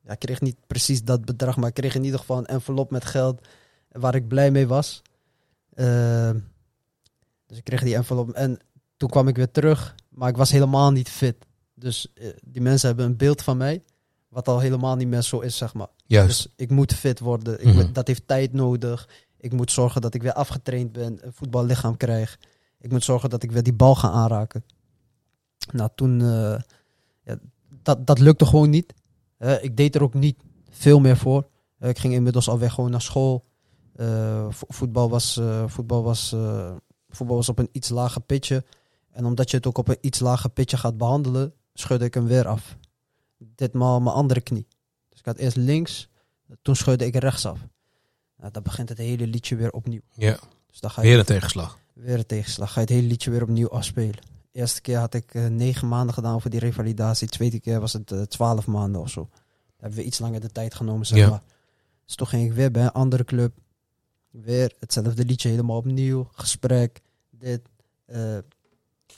[SPEAKER 2] ja, ik kreeg niet precies dat bedrag, maar ik kreeg in ieder geval een envelop met geld waar ik blij mee was. Eh, dus ik kreeg die envelop en toen kwam ik weer terug, maar ik was helemaal niet fit. Dus eh, die mensen hebben een beeld van mij, wat al helemaal niet meer zo is, zeg maar.
[SPEAKER 1] Juist.
[SPEAKER 2] Dus ik moet fit worden. Ik
[SPEAKER 1] Mhm.
[SPEAKER 2] moet- dat heeft tijd nodig. Ik moet zorgen dat ik weer afgetraind ben, een voetballichaam krijg. Ik moet zorgen dat ik weer die bal ga aanraken. Nou, toen... eh, ja, dat, dat lukte gewoon niet. Eh, ik deed er ook niet veel meer voor. Eh, ik ging inmiddels alweer gewoon naar school. Eh, vo- voetbal, was, eh, voetbal, was, eh, voetbal was op een iets lager pitje. En omdat je het ook op een iets lager pitje gaat behandelen, schudde ik hem weer af. Ditmaal mijn andere knie. Dus ik had eerst links, toen schudde ik rechts af. Nou, dan begint het hele liedje weer opnieuw.
[SPEAKER 1] Ja.
[SPEAKER 2] Dus dan ga je
[SPEAKER 1] Weer een tegenslag.
[SPEAKER 2] Weer een tegenslag. Ga je het hele liedje weer opnieuw afspelen. eerste keer had ik eh, negen maanden gedaan voor die revalidatie. tweede keer was het eh, twaalf maanden of zo. Daar hebben we iets langer de tijd genomen, zeg
[SPEAKER 1] Ja.
[SPEAKER 2] maar. Dus toen ging ik weer bij een andere club. Weer hetzelfde liedje helemaal opnieuw. Gesprek, dit. eh,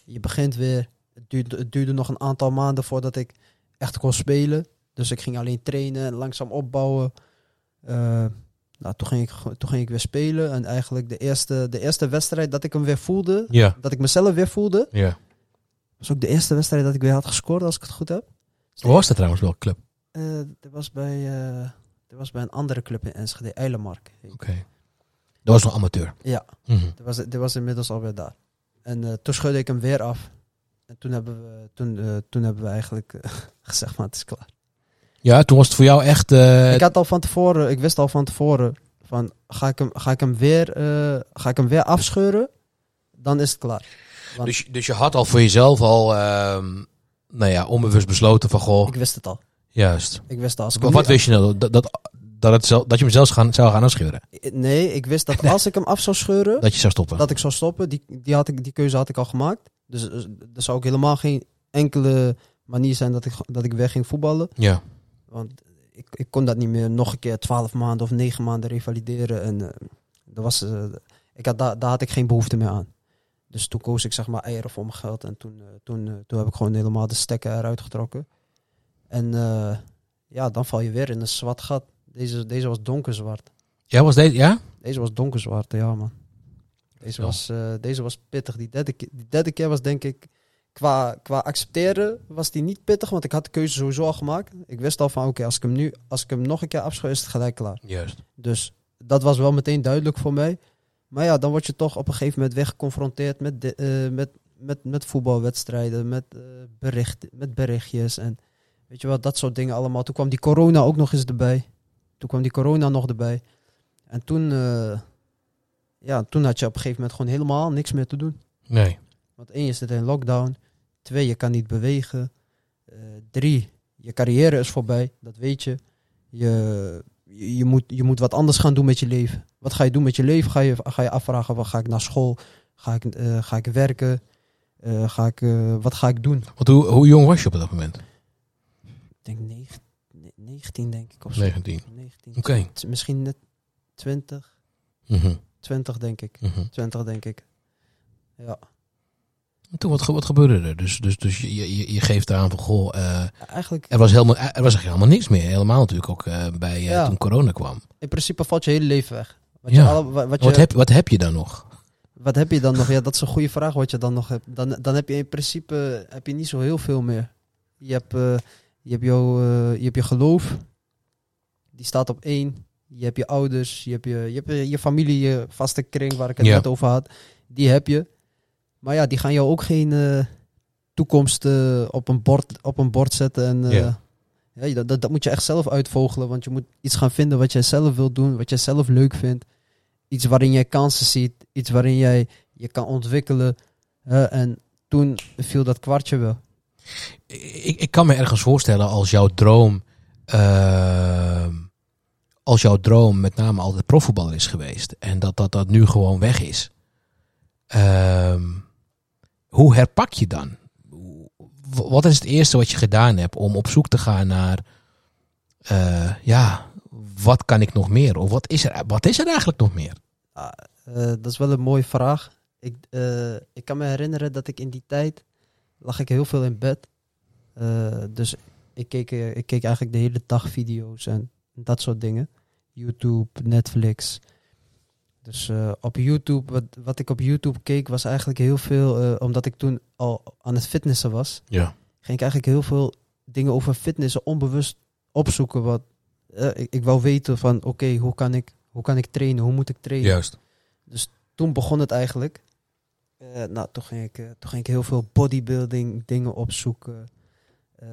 [SPEAKER 2] je begint weer. Het duurde, het duurde nog een aantal maanden voordat ik echt kon spelen. Dus ik ging alleen trainen en langzaam opbouwen. Eh, nou, toen, ging ik, ge- toen ging ik weer spelen. En eigenlijk de eerste, de eerste wedstrijd dat ik hem weer voelde,
[SPEAKER 1] Ja.
[SPEAKER 2] dat ik mezelf weer voelde,
[SPEAKER 1] Ja.
[SPEAKER 2] was ook de eerste wedstrijd dat ik weer had gescoord, als ik het goed heb.
[SPEAKER 1] Hoe was dat trouwens wel, club?
[SPEAKER 2] Eh, dat, was bij, eh, dat was bij een andere club in Enschede, Eilemark.
[SPEAKER 1] Oké. Dat was nog amateur.
[SPEAKER 2] Ja.
[SPEAKER 1] Mhm.
[SPEAKER 2] Dat was, dat was inmiddels alweer daar. En eh, toen schudde ik hem weer af. En toen hebben we, toen, eh, toen hebben we eigenlijk eh, gezegd, maar het is klaar.
[SPEAKER 1] Ja, toen was het voor jou echt... eh,
[SPEAKER 2] ik had al van tevoren, ik wist al van tevoren van ga ik hem, ga ik hem weer, eh, ga ik hem weer afscheuren, dan is het klaar. Want
[SPEAKER 1] dus, dus je had al voor jezelf al, ehm, nou ja, onbewust besloten van, goh,
[SPEAKER 2] ik wist het al.
[SPEAKER 1] juist.
[SPEAKER 2] Ik wist al. Als ik
[SPEAKER 1] Oh. Wat,
[SPEAKER 2] hem
[SPEAKER 1] wat
[SPEAKER 2] nu-
[SPEAKER 1] wist je nou? Dat, dat, dat, het zelf, dat je hem zelfs gaan, zou gaan afscheuren?
[SPEAKER 2] Nee, ik wist dat als ik hem af zou scheuren,
[SPEAKER 1] Dat je zou stoppen?
[SPEAKER 2] dat ik zou stoppen. Die, die, had ik, die keuze had ik al gemaakt. Dus eh, er zou ook helemaal geen enkele manier zijn dat ik, dat ik weer ging voetballen.
[SPEAKER 1] Ja.
[SPEAKER 2] Want ik, ik kon dat niet meer nog een keer twaalf maanden of negen maanden revalideren. En eh, dat was, eh, ik had, daar, daar had ik geen behoefte meer aan. Dus toen koos ik zeg maar eieren voor mijn geld. En toen, eh, toen, eh, toen heb ik gewoon helemaal de stekker eruit getrokken. En eh, ja, dan val je weer in een zwart gat. Deze, deze was donkerzwart.
[SPEAKER 1] Ja, was deze, ja?
[SPEAKER 2] Deze was donkerzwart, ja man. Deze
[SPEAKER 1] Ja.
[SPEAKER 2] was, eh, deze was pittig. Die derde, keer- die derde keer was denk ik... Qua, qua accepteren was die niet pittig, want ik had de keuze sowieso al gemaakt. Ik wist al van, oké, als ik hem nu, als ik hem nog een keer afscheur, is het gelijk klaar.
[SPEAKER 1] Juist.
[SPEAKER 2] Dus dat was wel meteen duidelijk voor mij. Maar ja, dan word je toch op een gegeven moment weer geconfronteerd met, de- eh, met, met, met voetbalwedstrijden, met, eh, berichten, met berichtjes en weet je wat, dat soort dingen allemaal. Toen kwam die corona ook nog eens erbij. Toen kwam die corona nog erbij. En toen, eh, ja, toen had je op een gegeven moment gewoon helemaal niks meer te doen.
[SPEAKER 1] Nee.
[SPEAKER 2] Want één, je zit in lockdown. Twee, je kan niet bewegen. Eh, drie, je carrière is voorbij, dat weet je. Je, je, je moet, je moet wat anders gaan doen met je leven. Wat ga je doen met je leven? Ga je, ga je afvragen, wat ga ik naar school? Ga ik, eh, ga ik werken? Eh, ga ik, eh, wat ga ik doen?
[SPEAKER 1] Want hoe, hoe jong was je op dat moment?
[SPEAKER 2] Ik denk negen- ne- 19, denk ik. Of zo.
[SPEAKER 1] 19.
[SPEAKER 2] 19.
[SPEAKER 1] Oké.
[SPEAKER 2] Het is Misschien net 20,
[SPEAKER 1] Mhm,
[SPEAKER 2] 20 denk ik.
[SPEAKER 1] mhm.
[SPEAKER 2] 20 denk ik. Ja.
[SPEAKER 1] En Toen, wat, ge- wat gebeurde er? Dus, dus, dus je, je, je geeft eraan van, goh, eh,
[SPEAKER 2] Eigenlijk,
[SPEAKER 1] er was, helemaal, er was echt helemaal niks meer. Helemaal natuurlijk ook eh, bij, eh,
[SPEAKER 2] Ja.
[SPEAKER 1] toen corona kwam.
[SPEAKER 2] in principe valt je hele leven weg. Wat,
[SPEAKER 1] Ja.
[SPEAKER 2] je alle, wa- wat, je,
[SPEAKER 1] Wat heb, wat heb je dan nog?
[SPEAKER 2] wat heb je dan nog? Ja, dat is een goede vraag wat je dan nog hebt. Dan, dan heb je in principe heb je niet zo heel veel meer. Je hebt, eh, je, hebt jouw, eh, je hebt je geloof. Die staat op één. Je hebt je ouders. Je hebt je, je, hebt je, je familie, je vaste kring waar ik het
[SPEAKER 1] Ja.
[SPEAKER 2] net over had. Die heb je. Maar ja, die gaan jou ook geen eh, toekomst eh, op, een bord, op een bord zetten. En, eh,
[SPEAKER 1] Ja.
[SPEAKER 2] ja, dat, dat, dat moet je echt zelf uitvogelen. Want je moet iets gaan vinden wat jij zelf wilt doen. Wat jij zelf leuk vindt. Iets waarin jij kansen ziet. Iets waarin jij je kan ontwikkelen. hè. en toen viel dat kwartje wel.
[SPEAKER 1] Ik, ik kan me ergens voorstellen als jouw droom... eh, als jouw droom met name altijd profvoetballer is geweest... en dat dat, dat nu gewoon weg is. Ehm, hoe herpak je dan? W- Wat is het eerste wat je gedaan hebt om op zoek te gaan naar... eh, ja, wat kan ik nog meer? Of wat is er, wat is er eigenlijk nog meer?
[SPEAKER 2] Ah, eh, dat is wel een mooie vraag. Ik, eh, ik kan me herinneren dat ik in die tijd lag ik heel veel in bed. Eh, dus ik keek, eh, ik keek eigenlijk de hele dag video's en dat soort dingen. YouTube, Netflix. Dus eh, op YouTube, wat, wat ik op YouTube keek, was eigenlijk heel veel, eh, omdat ik toen al aan het fitnessen was,
[SPEAKER 1] Ja.
[SPEAKER 2] ging ik eigenlijk heel veel dingen over fitnessen onbewust opzoeken. Wat, eh, ik, ik wou weten van, oké, hoe kan ik, hoe kan ik trainen? Hoe moet ik trainen?
[SPEAKER 1] Juist.
[SPEAKER 2] toen begon het eigenlijk. Eh, nou, toen ging, ik, eh, toen ging ik heel veel bodybuilding dingen opzoeken. eh,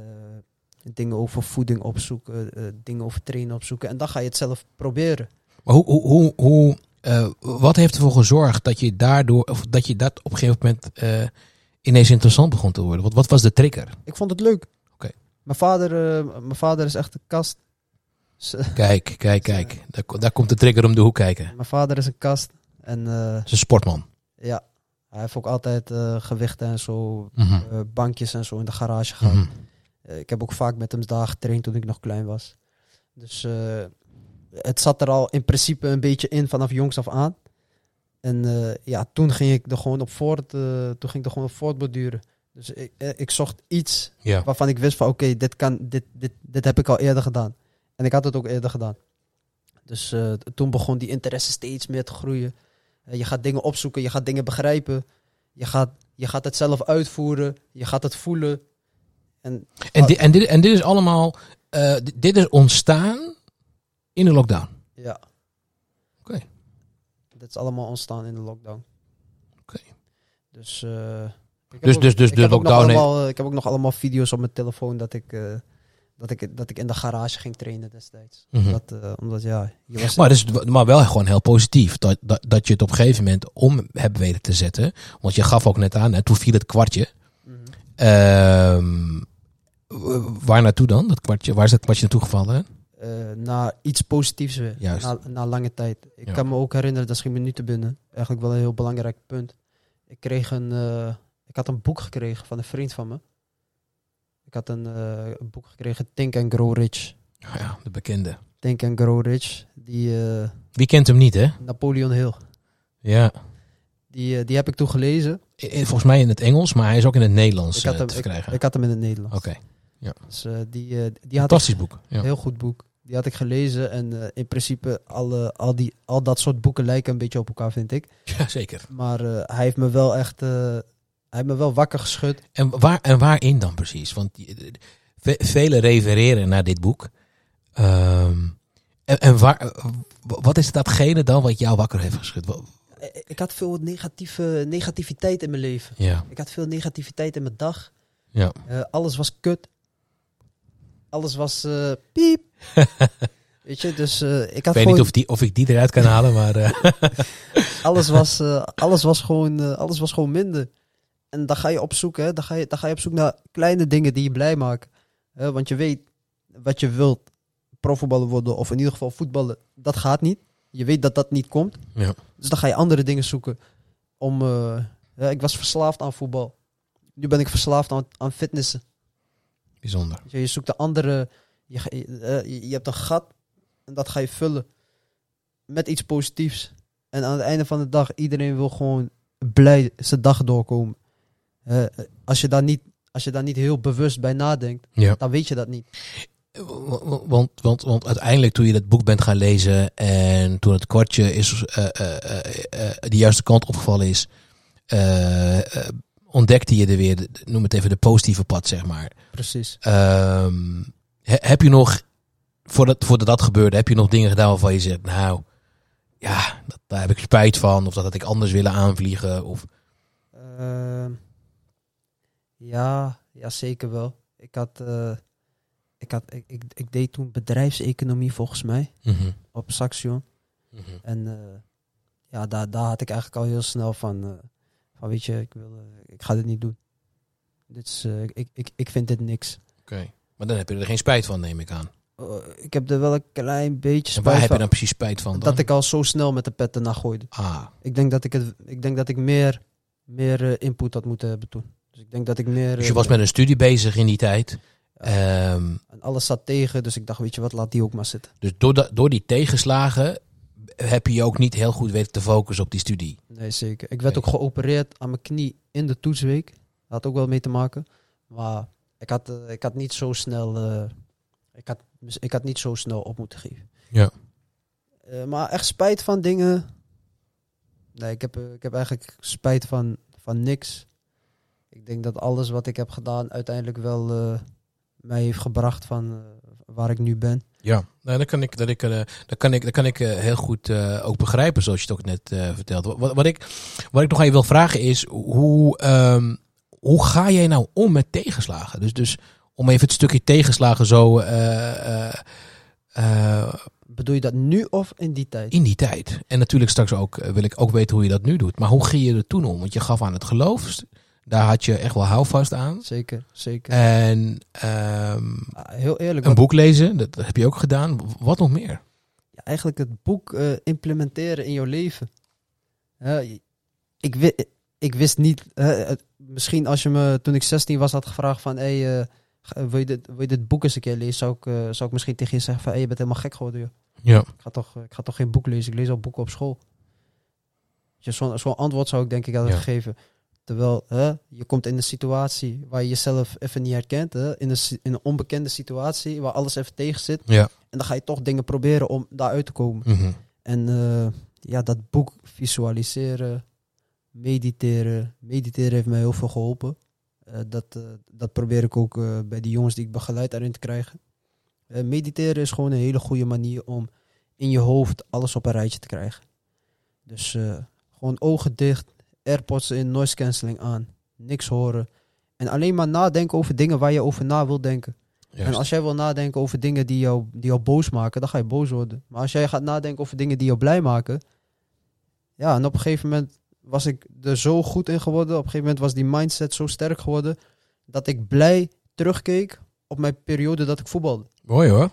[SPEAKER 2] dingen over voeding opzoeken. eh, dingen over trainen opzoeken. En dan ga je het zelf proberen.
[SPEAKER 1] Maar hoe, hoe, hoe, hoe, eh, wat heeft ervoor gezorgd dat je daardoor, of dat je dat op een gegeven moment eh, ineens interessant begon te worden? Wat, wat was de trigger?
[SPEAKER 2] Ik vond het leuk.
[SPEAKER 1] Oké.
[SPEAKER 2] Mijn, vader, eh, mijn vader is echt een kast. Ze-
[SPEAKER 1] Kijk, kijk, kijk. Daar, ko- daar komt de trigger om de hoek kijken.
[SPEAKER 2] mijn vader is een kast. En eh,
[SPEAKER 1] Dat is een sportman.
[SPEAKER 2] ja, hij heeft ook altijd eh, gewichten en zo.
[SPEAKER 1] Mhm.
[SPEAKER 2] eh, bankjes en zo in de garage gehad.
[SPEAKER 1] Mhm.
[SPEAKER 2] Eh, ik heb ook vaak met hem daar getraind toen ik nog klein was. Dus eh, het zat er al in principe een beetje in vanaf jongs af aan. En eh, ja, toen ging ik er gewoon op voort, eh, toen ging ik er gewoon op voortborduren. Dus ik, eh, ik zocht iets
[SPEAKER 1] Ja.
[SPEAKER 2] waarvan ik wist van oké, dit kan, dit, dit, dit heb ik al eerder gedaan. En ik had het ook eerder gedaan. Dus eh, t- toen begon die interesse steeds meer te groeien. Eh, je gaat dingen opzoeken, je gaat dingen begrijpen. Je gaat, je gaat het zelf uitvoeren, je gaat het voelen. En
[SPEAKER 1] En, di- en, dit, en dit is allemaal, eh, di- dit is ontstaan in de lockdown.
[SPEAKER 2] Ja.
[SPEAKER 1] Oké.
[SPEAKER 2] Dat is allemaal ontstaan in de lockdown.
[SPEAKER 1] Oké.
[SPEAKER 2] Dus, eh, ik heb
[SPEAKER 1] Dus-
[SPEAKER 2] ook-
[SPEAKER 1] dus- dus
[SPEAKER 2] ik
[SPEAKER 1] de
[SPEAKER 2] heb ook nog
[SPEAKER 1] lockdown heeft-
[SPEAKER 2] allemaal, eh, Ik heb ook nog allemaal video's op mijn telefoon dat ik, eh, dat ik, dat ik in de garage ging trainen destijds.
[SPEAKER 1] Mhm.
[SPEAKER 2] Dat, eh, omdat ja, je was...
[SPEAKER 1] Maar, dat is, maar wel gewoon heel positief dat, dat, dat je het op een gegeven moment om hebt weten te zetten. Want je gaf ook net aan, hè, toen viel het kwartje.
[SPEAKER 2] Mhm.
[SPEAKER 1] Ehm, w- waar naartoe dan? Dat kwartje, waar is dat kwartje naartoe gevallen?
[SPEAKER 2] eh, naar iets positiefs weer.
[SPEAKER 1] Juist.
[SPEAKER 2] Na, na lange tijd. Ik
[SPEAKER 1] Ja.
[SPEAKER 2] kan me ook herinneren, dat schiet me nu te binnen. Eigenlijk wel een heel belangrijk punt. Ik kreeg een... eh, ik had een boek gekregen van een vriend van me. Ik had een, eh, een boek gekregen, Think and Grow Rich.
[SPEAKER 1] Ja, de bekende.
[SPEAKER 2] Think and Grow Rich. Die eh,
[SPEAKER 1] Wie kent hem niet, hè?
[SPEAKER 2] Napoleon Hill.
[SPEAKER 1] Ja.
[SPEAKER 2] Die, eh, die heb ik toen gelezen.
[SPEAKER 1] I- i- Volgens mij in het Engels, maar hij is ook in het Nederlands
[SPEAKER 2] Ik had
[SPEAKER 1] eh,
[SPEAKER 2] hem-
[SPEAKER 1] te verkrijgen.
[SPEAKER 2] Ik had hem in het Nederlands.
[SPEAKER 1] Oké,
[SPEAKER 2] Dus, eh, die, eh, die had ik,
[SPEAKER 1] fantastisch boek. Ja.
[SPEAKER 2] een heel goed boek. Die had ik gelezen. En eh, in principe alle, al, die, al dat soort boeken lijken een beetje op elkaar, vind ik.
[SPEAKER 1] Ja, zeker.
[SPEAKER 2] Maar eh, hij heeft me wel echt... eh, hij heeft me wel wakker geschud.
[SPEAKER 1] En, waar, en waarin dan precies? Want die- ve- velen refereren naar dit boek. Ehm, en en waar, wat is datgene dan wat jou wakker heeft geschud? Wa-
[SPEAKER 2] Eh, Ik had veel negatieve, negativiteit in mijn leven.
[SPEAKER 1] Ja,
[SPEAKER 2] Ik had veel negativiteit in mijn dag.
[SPEAKER 1] ja.
[SPEAKER 2] Eh, alles was kut. Alles was eh, piep. Weet je, dus eh, ik
[SPEAKER 1] Ik
[SPEAKER 2] had
[SPEAKER 1] weet
[SPEAKER 2] gewoon...
[SPEAKER 1] niet of, die, of ik die eruit kan halen, maar... eh,
[SPEAKER 2] alles was, eh, alles was, gewoon, eh, alles was gewoon minder. En dan ga je op zoek, hè? Dan, ga je, dan ga je op zoek naar kleine dingen die je blij maken. Hè, want je weet wat je wilt. Profvoetballer worden of in ieder geval voetballen. Dat gaat niet. Je weet dat dat niet komt.
[SPEAKER 1] Ja.
[SPEAKER 2] Dus dan ga je andere dingen zoeken. Om, eh, hè, ik was verslaafd aan voetbal. Nu ben ik verslaafd aan, aan fitnessen.
[SPEAKER 1] bijzonder.
[SPEAKER 2] Weet Je, je eh, zoekt de andere. Je, ga- je, eh, je- je hebt een gat en dat ga je vullen. met iets positiefs. En aan het einde van de dag, iedereen wil gewoon blij zijn dag doorkomen. Eh, als, je daar niet, als je daar niet heel bewust bij nadenkt,
[SPEAKER 1] Ja.
[SPEAKER 2] dan weet je dat niet.
[SPEAKER 1] Want, want, want, want uiteindelijk toen je dat boek bent gaan lezen en toen het kwartje is, eh, eh, eh, eh, de juiste kant opgevallen is, eh, eh, ontdekte je er weer, de- de- noem het even de positieve pad, zeg maar.
[SPEAKER 2] Precies.
[SPEAKER 1] Ehm, he- heb je nog, voordat, voordat dat gebeurde, heb je nog dingen gedaan waarvan je zegt, nou, ja, dat, daar heb ik spijt van, of dat had ik anders willen aanvliegen, of...
[SPEAKER 2] Ehm, ja, ja, zeker wel. Ik had, eh, ik, had ik, ik, ik deed toen bedrijfseconomie volgens mij op Saxion.
[SPEAKER 1] Mhm.
[SPEAKER 2] En eh, ja, daar, daar had ik eigenlijk al heel snel van, eh, van weet je, ik, wil, eh, ik ga dit niet doen. Dit is, eh, ik, ik, ik vind dit niks.
[SPEAKER 1] Oké. Maar dan heb je er geen spijt van, neem ik aan.
[SPEAKER 2] Eh, ik heb er wel een klein beetje
[SPEAKER 1] En waar
[SPEAKER 2] spijt
[SPEAKER 1] heb je
[SPEAKER 2] van
[SPEAKER 1] dan precies spijt van? Dan?
[SPEAKER 2] dat ik al zo snel met de pet ernaar gooide.
[SPEAKER 1] Ah,
[SPEAKER 2] Ik denk dat ik, het, ik, denk dat ik meer, meer eh, input had moeten hebben toen. Dus ik denk dat ik meer...
[SPEAKER 1] dus je
[SPEAKER 2] eh,
[SPEAKER 1] was met een studie bezig in die tijd. Ehm,
[SPEAKER 2] En alles zat tegen, dus ik dacht, weet je wat, laat die ook maar zitten.
[SPEAKER 1] dus door, da- door die tegenslagen heb je je ook niet heel goed weten te focussen op die studie.
[SPEAKER 2] Nee, zeker. Ik werd ook geopereerd aan mijn knie in de toetsweek. Dat had ook wel mee te maken. Maar ik had, eh, ik had niet zo snel... eh, ik, had, mis- ik had niet zo snel op moeten geven.
[SPEAKER 1] Ja.
[SPEAKER 2] Eh, maar echt spijt van dingen... Nee, ik heb, eh, ik heb eigenlijk spijt van, van niks. Ik denk dat alles wat ik heb gedaan uiteindelijk wel eh, mij heeft gebracht van eh, waar ik nu ben.
[SPEAKER 1] Ja, nou, dat kan ik, dat ik, eh, dat kan ik, dat kan ik eh, heel goed eh, ook begrijpen, zoals je het ook net eh vertelt. Wat, wat, wat ik, wat ik nog aan je wil vragen is, hoe, ehm, hoe ga jij nou om met tegenslagen? Dus, dus om even het stukje tegenslagen zo eh, eh, eh,
[SPEAKER 2] Bedoel je dat nu of in die tijd?
[SPEAKER 1] in die tijd. En natuurlijk straks ook eh, wil ik ook weten hoe je dat nu doet. Maar hoe ging je er toen om? Want je gaf aan het geloof, daar had je echt wel houvast aan.
[SPEAKER 2] Zeker, zeker.
[SPEAKER 1] En ehm,
[SPEAKER 2] Ah, heel eerlijk,
[SPEAKER 1] een
[SPEAKER 2] wat-
[SPEAKER 1] boek lezen, dat heb je ook gedaan. Wat nog meer?
[SPEAKER 2] ja, eigenlijk het boek eh, implementeren in jouw leven. Hè, je- ik, wi- ik wist niet, hè, het- misschien als je me toen ik 16 was had gevraagd van, hey, eh, ga- wil, je dit, wil je dit boek eens een keer lezen, zou ik, eh, zou ik misschien tegen je zeggen van, hey, je bent helemaal gek geworden. Joh.
[SPEAKER 1] Ja.
[SPEAKER 2] Ik, ga toch, ik ga toch geen boek lezen, ik lees al boeken op school. Weet je, Zo'n zo'n antwoord zou ik denk ik hebben
[SPEAKER 1] Ja.
[SPEAKER 2] gegeven. Terwijl hè, je komt in een situatie waar je jezelf even niet herkent, hè, in, een, si- in een onbekende situatie waar alles even tegen zit.
[SPEAKER 1] Ja.
[SPEAKER 2] En dan ga je toch dingen proberen om daaruit te komen.
[SPEAKER 1] Mhm.
[SPEAKER 2] En eh, ja, dat boek visualiseren, mediteren. Mediteren heeft mij heel veel geholpen. Eh, dat, eh, dat probeer ik ook eh, bij die jongens die ik begeleid daarin te krijgen. Eh, mediteren is gewoon een hele goede manier om in je hoofd alles op een rijtje te krijgen. Dus eh, gewoon ogen dicht, AirPods in, noise cancelling aan, niks horen. En alleen maar nadenken over dingen waar je over na wilt denken.
[SPEAKER 1] Juist.
[SPEAKER 2] En als jij wil nadenken over dingen die jou, die jou boos maken, dan ga je boos worden. Maar als jij gaat nadenken over dingen die jou blij maken. Ja, en op een gegeven moment was ik er zo goed in geworden. Op een gegeven moment was die mindset zo sterk geworden. Dat ik blij terugkeek op mijn periode dat ik voetbalde.
[SPEAKER 1] Mooi hoor.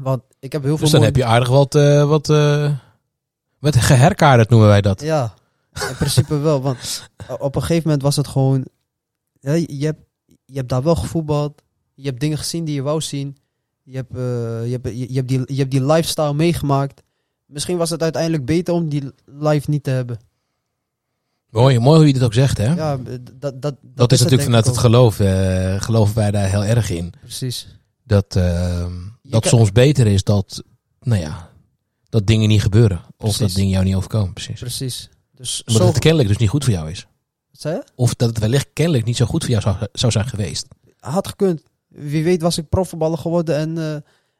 [SPEAKER 2] Want ik heb heel veel.
[SPEAKER 1] Dus dan
[SPEAKER 2] mooie-
[SPEAKER 1] heb je aardig wat, eh, wat, eh, wat geherkaderd noemen wij dat.
[SPEAKER 2] Ja, in principe wel. Want op een gegeven moment was het gewoon... Ja, je, hebt, je hebt daar wel gevoetbald. Je hebt dingen gezien die je wou zien. Je hebt, eh, je hebt, je, je hebt, die, je hebt die lifestyle meegemaakt. Misschien was het uiteindelijk beter om die life niet te hebben.
[SPEAKER 1] Mooi, mooi hoe je dat ook zegt, hè?
[SPEAKER 2] Ja, eh, dat, dat, dat,
[SPEAKER 1] dat is natuurlijk
[SPEAKER 2] denk
[SPEAKER 1] vanuit
[SPEAKER 2] ik
[SPEAKER 1] het geloof. eh, geloven wij daar heel erg in.
[SPEAKER 2] ook. Precies.
[SPEAKER 1] Dat, eh, dat
[SPEAKER 2] kan-
[SPEAKER 1] soms beter is dat, nou ja, dat dingen niet gebeuren. Of dat
[SPEAKER 2] Precies.
[SPEAKER 1] dingen jou niet overkomen, precies.
[SPEAKER 2] Precies. Dus
[SPEAKER 1] Omdat
[SPEAKER 2] zo...
[SPEAKER 1] het kennelijk dus niet goed voor jou is.
[SPEAKER 2] Zei je?
[SPEAKER 1] Of dat het wellicht kennelijk niet zo goed voor jou zou, zou zijn geweest.
[SPEAKER 2] Had gekund. Wie weet was ik profvoetballer geworden en, eh,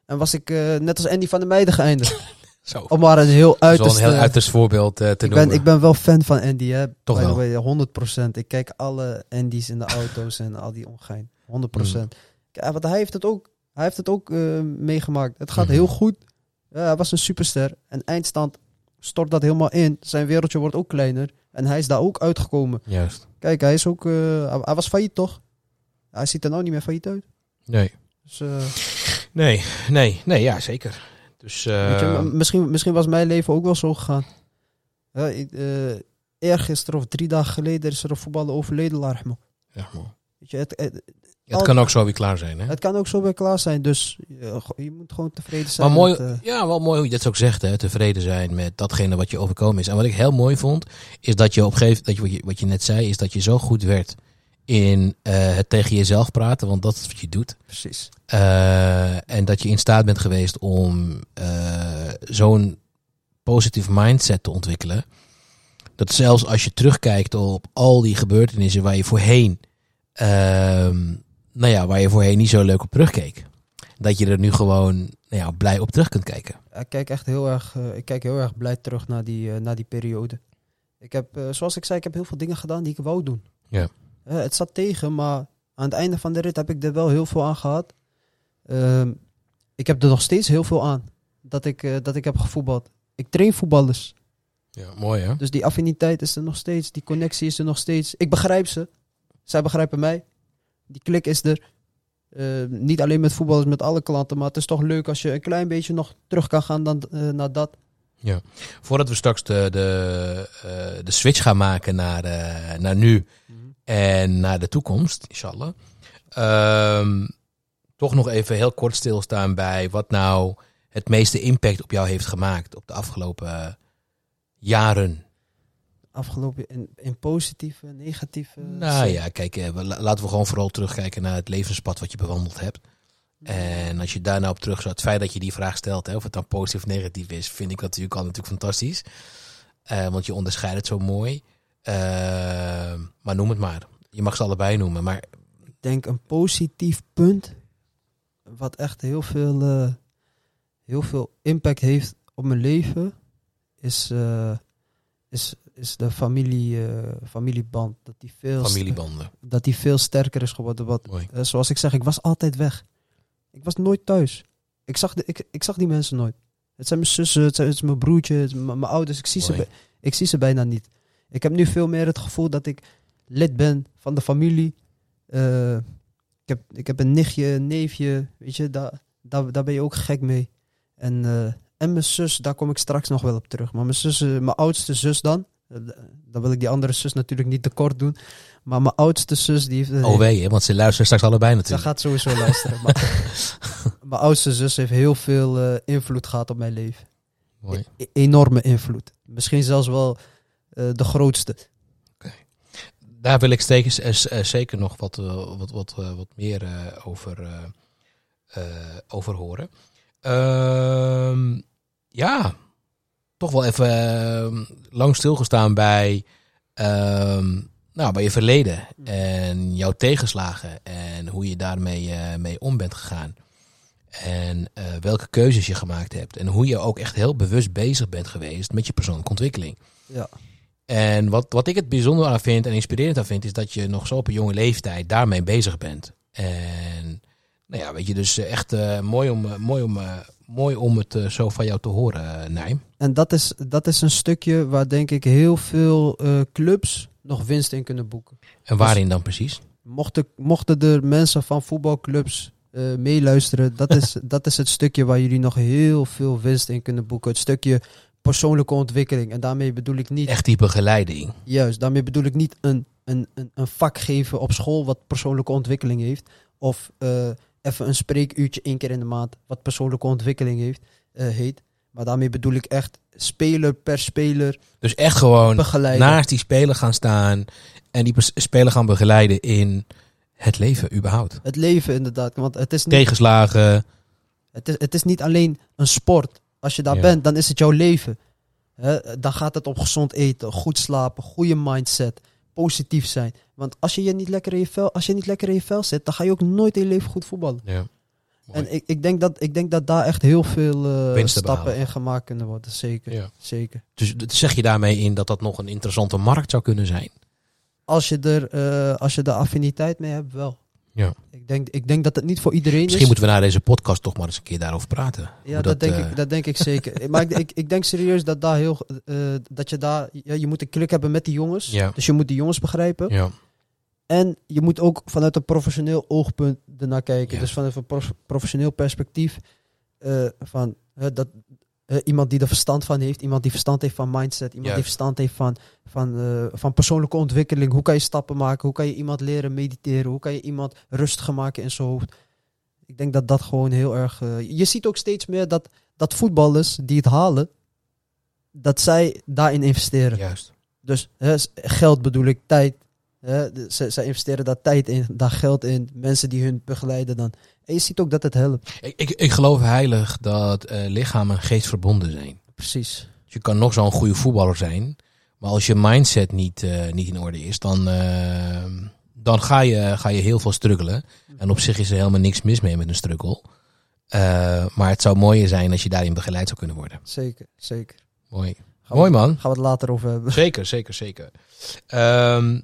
[SPEAKER 2] en was ik eh, net als Andy van der Meijden geëindigd.
[SPEAKER 1] Zo.
[SPEAKER 2] Om maar een heel
[SPEAKER 1] dat is
[SPEAKER 2] uiterste...
[SPEAKER 1] wel een heel uiterst voorbeeld eh, te
[SPEAKER 2] ik
[SPEAKER 1] noemen.
[SPEAKER 2] ben, ik ben wel fan van Andy, hè?
[SPEAKER 1] Toch
[SPEAKER 2] By the
[SPEAKER 1] wel.
[SPEAKER 2] way, 100%. Ik kijk alle Andy's in de auto's en al die ongein. 100%.
[SPEAKER 1] Mm.
[SPEAKER 2] Ja, want hij heeft het ook, hij heeft het ook eh, meegemaakt. Het gaat
[SPEAKER 1] Mhm.
[SPEAKER 2] heel goed. Ja, hij was een superster. En eindstand stort dat helemaal in. Zijn wereldje wordt ook kleiner. En hij is daar ook uitgekomen.
[SPEAKER 1] Juist.
[SPEAKER 2] Kijk, hij is ook. eh, hij, hij was failliet, toch? Hij ziet er nou niet meer failliet uit.
[SPEAKER 1] Nee.
[SPEAKER 2] Dus, eh,
[SPEAKER 1] Nee, nee, nee, ja, zeker. Dus, eh,
[SPEAKER 2] Weet je, m- misschien, misschien was mijn leven ook wel zo gegaan. Ja, ik, eh, eergisteren of drie dagen geleden is er een voetballer overleden, Larmo.
[SPEAKER 1] ja, man.
[SPEAKER 2] Weet je, het, het,
[SPEAKER 1] Het kan ook zo weer klaar zijn, hè?
[SPEAKER 2] het kan ook zo bij klaar zijn, dus eh, go- je moet gewoon tevreden zijn.
[SPEAKER 1] Maar mooi,
[SPEAKER 2] met, eh,
[SPEAKER 1] ja, wel mooi hoe je dat ook zegt, hè? tevreden zijn met datgene wat je overkomen is. En wat ik heel mooi vond, is dat je op een gegeven dat je, wat, je, wat je net zei, is dat je zo goed werd in eh, het tegen jezelf praten, want dat is wat je doet.
[SPEAKER 2] precies.
[SPEAKER 1] Eh, en dat je in staat bent geweest om eh, zo'n positief mindset te ontwikkelen. Dat zelfs als je terugkijkt op al die gebeurtenissen waar je voorheen, ehm, nou ja, waar je voorheen niet zo leuk op terugkeek. Dat je er nu gewoon nou ja, blij op terug kunt kijken.
[SPEAKER 2] Ik kijk echt heel erg, eh, ik kijk heel erg blij terug naar die, eh, naar die periode. Ik heb, eh, zoals ik zei, ik heb heel veel dingen gedaan die ik wou doen.
[SPEAKER 1] Ja.
[SPEAKER 2] Eh, het zat tegen, maar aan het einde van de rit heb ik er wel heel veel aan gehad. Ehm, ik heb er nog steeds heel veel aan dat ik, eh, dat ik heb gevoetbald. Ik train voetballers.
[SPEAKER 1] Ja, mooi hè?
[SPEAKER 2] Dus die affiniteit is er nog steeds. Die connectie is er nog steeds. Ik begrijp ze. Zij begrijpen mij. Die klik is er. Eh, niet alleen met voetballers, met alle klanten. Maar het is toch leuk als je een klein beetje nog terug kan gaan dan, eh, naar dat.
[SPEAKER 1] Voordat we straks de, de, eh, de switch gaan maken naar, eh, naar nu en naar de toekomst, inshallah. ehm, toch nog even heel kort stilstaan bij wat nou het meeste impact op jou heeft gemaakt op de afgelopen jaren.
[SPEAKER 2] afgelopen in, in positieve, negatieve. dus
[SPEAKER 1] nou
[SPEAKER 2] zin.
[SPEAKER 1] ja, kijk, eh, we- la- laten we gewoon vooral terugkijken naar het levenspad wat je bewandeld hebt. En als je daar nou op terug zou, het feit dat je die vraag stelt, hè, of het dan positief of negatief is, vind ik natuurlijk al natuurlijk fantastisch. Eh, want je onderscheidt het zo mooi. Ehm, maar noem het maar. Je mag ze allebei noemen. Maar
[SPEAKER 2] Ik denk een positief punt, wat echt heel veel, eh, heel veel impact heeft op mijn leven, is, eh, is, is de familie, eh, familieband. Dat die, veel
[SPEAKER 1] familiebanden.
[SPEAKER 2] ster- dat die veel sterker is geworden. Wat,
[SPEAKER 1] Mooi.
[SPEAKER 2] eh, zoals ik zeg, ik was altijd weg. Ik was nooit thuis. Ik zag, de, ik, ik zag die mensen nooit. Het zijn mijn zussen, het, zijn, het is mijn broertje, het zijn mijn mijn ouders. Ik zie, ze,
[SPEAKER 1] Mooi.
[SPEAKER 2] bij- ik zie ze bijna niet. Ik heb nu veel meer het gevoel dat ik lid ben van de familie. Eh, ik, heb, ik heb een nichtje, een neefje. Weet je, daar, daar, daar ben je ook gek mee. En, eh, en mijn zus, daar kom ik straks nog wel op terug. Maar mijn, zus, eh, mijn oudste zus dan. eh, Dan wil ik die andere zus natuurlijk niet tekort doen. Maar mijn oudste zus, die heeft... eh,
[SPEAKER 1] Oh wee, hè, want ze luisteren straks allebei
[SPEAKER 2] Ze
[SPEAKER 1] natuurlijk.
[SPEAKER 2] gaat sowieso luisteren. Maar mijn oudste zus heeft heel veel eh, invloed gehad op mijn leven.
[SPEAKER 1] Mooi.
[SPEAKER 2] E- enorme invloed. Misschien zelfs wel eh, de grootste.
[SPEAKER 1] Daar wil ik steeds, eh, eh, zeker nog wat, eh, wat, wat, eh, wat meer eh, over, eh, eh, over horen. Ehm, ja, toch wel even ehm, lang stilgestaan bij, ehm, nou, bij je verleden en jouw tegenslagen en hoe je daarmee eh, mee om bent gegaan. En eh, welke keuzes je gemaakt hebt. En hoe je ook echt heel bewust bezig bent geweest met je persoonlijke ontwikkeling.
[SPEAKER 2] Ja.
[SPEAKER 1] En wat, wat ik het bijzonder aan vind en inspirerend aan vind, is dat je nog zo op een jonge leeftijd daarmee bezig bent. En nou ja, weet je, dus eh, echt eh, mooi, om, eh, mooi, om, eh, mooi om het eh, zo van jou te horen, eh, Nijm.
[SPEAKER 2] En dat is, dat is een stukje waar denk ik heel veel eh, clubs nog winst in kunnen boeken.
[SPEAKER 1] En waarin dan precies?
[SPEAKER 2] Mochten, mochten er mensen van voetbalclubs eh, meeluisteren, dat is, dat is het stukje waar jullie nog heel veel winst in kunnen boeken. Het stukje persoonlijke ontwikkeling. En daarmee bedoel ik niet
[SPEAKER 1] Echt die begeleiding.
[SPEAKER 2] Juist, daarmee bedoel ik niet een, een, een, een vak geven op school wat persoonlijke ontwikkeling heeft. Of eh, even een spreekuurtje één keer in de maand wat persoonlijke ontwikkeling heeft, eh, heet. Maar daarmee bedoel ik echt speler per speler
[SPEAKER 1] Dus echt gewoon
[SPEAKER 2] begeleiden.
[SPEAKER 1] naast die speler gaan staan en die pers- speler gaan begeleiden in het leven überhaupt.
[SPEAKER 2] Het leven inderdaad, want het is, niet,
[SPEAKER 1] Tegenslagen.
[SPEAKER 2] het, is, het is niet alleen een sport. Als je daar
[SPEAKER 1] Ja.
[SPEAKER 2] bent, dan is het jouw leven. Hè, dan gaat het om gezond eten, goed slapen, goede mindset, positief zijn. Want als je, je niet lekker in je vel, als je niet lekker in je vel zit, dan ga je ook nooit in je leven goed voetballen.
[SPEAKER 1] Ja. Mooi.
[SPEAKER 2] En ik, ik, denk dat, ik denk dat daar echt heel veel eh,
[SPEAKER 1] Winst te
[SPEAKER 2] stappen
[SPEAKER 1] behalen.
[SPEAKER 2] in gemaakt kunnen worden. Zeker,
[SPEAKER 1] Ja.
[SPEAKER 2] zeker.
[SPEAKER 1] Dus dat zeg je daarmee in dat dat nog een interessante markt zou kunnen zijn?
[SPEAKER 2] Als je er, eh, als je er affiniteit mee hebt, wel.
[SPEAKER 1] Ja.
[SPEAKER 2] Ik denk, ik denk dat het niet voor iedereen
[SPEAKER 1] Misschien
[SPEAKER 2] is.
[SPEAKER 1] moeten we na deze podcast toch maar eens een keer daarover praten.
[SPEAKER 2] ja,
[SPEAKER 1] Hoe
[SPEAKER 2] dat, denk
[SPEAKER 1] eh,
[SPEAKER 2] ik, dat denk ik zeker. maar ik, ik, ik denk serieus dat daar heel... eh, dat je daar... Ja, je moet een klik hebben met die jongens.
[SPEAKER 1] Ja.
[SPEAKER 2] Dus je moet die jongens begrijpen.
[SPEAKER 1] Ja.
[SPEAKER 2] En je moet ook vanuit een professioneel oogpunt ernaar kijken.
[SPEAKER 1] Ja.
[SPEAKER 2] Dus vanuit een prof- professioneel perspectief. eh, van, hè, dat, eh, iemand die er verstand van heeft, iemand die verstand heeft van mindset, iemand die
[SPEAKER 1] Juist.
[SPEAKER 2] verstand heeft van, van, eh, van persoonlijke ontwikkeling. Hoe kan je stappen maken? Hoe kan je iemand leren mediteren? Hoe kan je iemand rustiger maken in zijn hoofd? Ik denk dat dat gewoon heel erg. eh, je ziet ook steeds meer dat, dat voetballers die het halen, dat zij daarin investeren.
[SPEAKER 1] Juist.
[SPEAKER 2] Dus hè, s- geld bedoel ik, tijd. Hè, de- ze, zij investeren daar tijd in, daar geld in. Mensen die hun begeleiden dan. En je ziet ook dat het helpt.
[SPEAKER 1] Ik, ik, ik geloof heilig dat eh, lichaam en geest verbonden zijn.
[SPEAKER 2] Precies.
[SPEAKER 1] Dus je kan nog zo'n goede voetballer zijn. Maar als je mindset niet, eh, niet in orde is, dan, eh, dan ga, je, ga je heel veel struggelen. En op zich is er helemaal niks mis mee met een struggle. Eh, maar het zou mooier zijn als je daarin begeleid zou kunnen worden.
[SPEAKER 2] Zeker, zeker.
[SPEAKER 1] Mooi.
[SPEAKER 2] Gaan
[SPEAKER 1] Mooi
[SPEAKER 2] we,
[SPEAKER 1] man.
[SPEAKER 2] Gaan we het later over hebben.
[SPEAKER 1] Zeker, zeker, zeker. Ehm,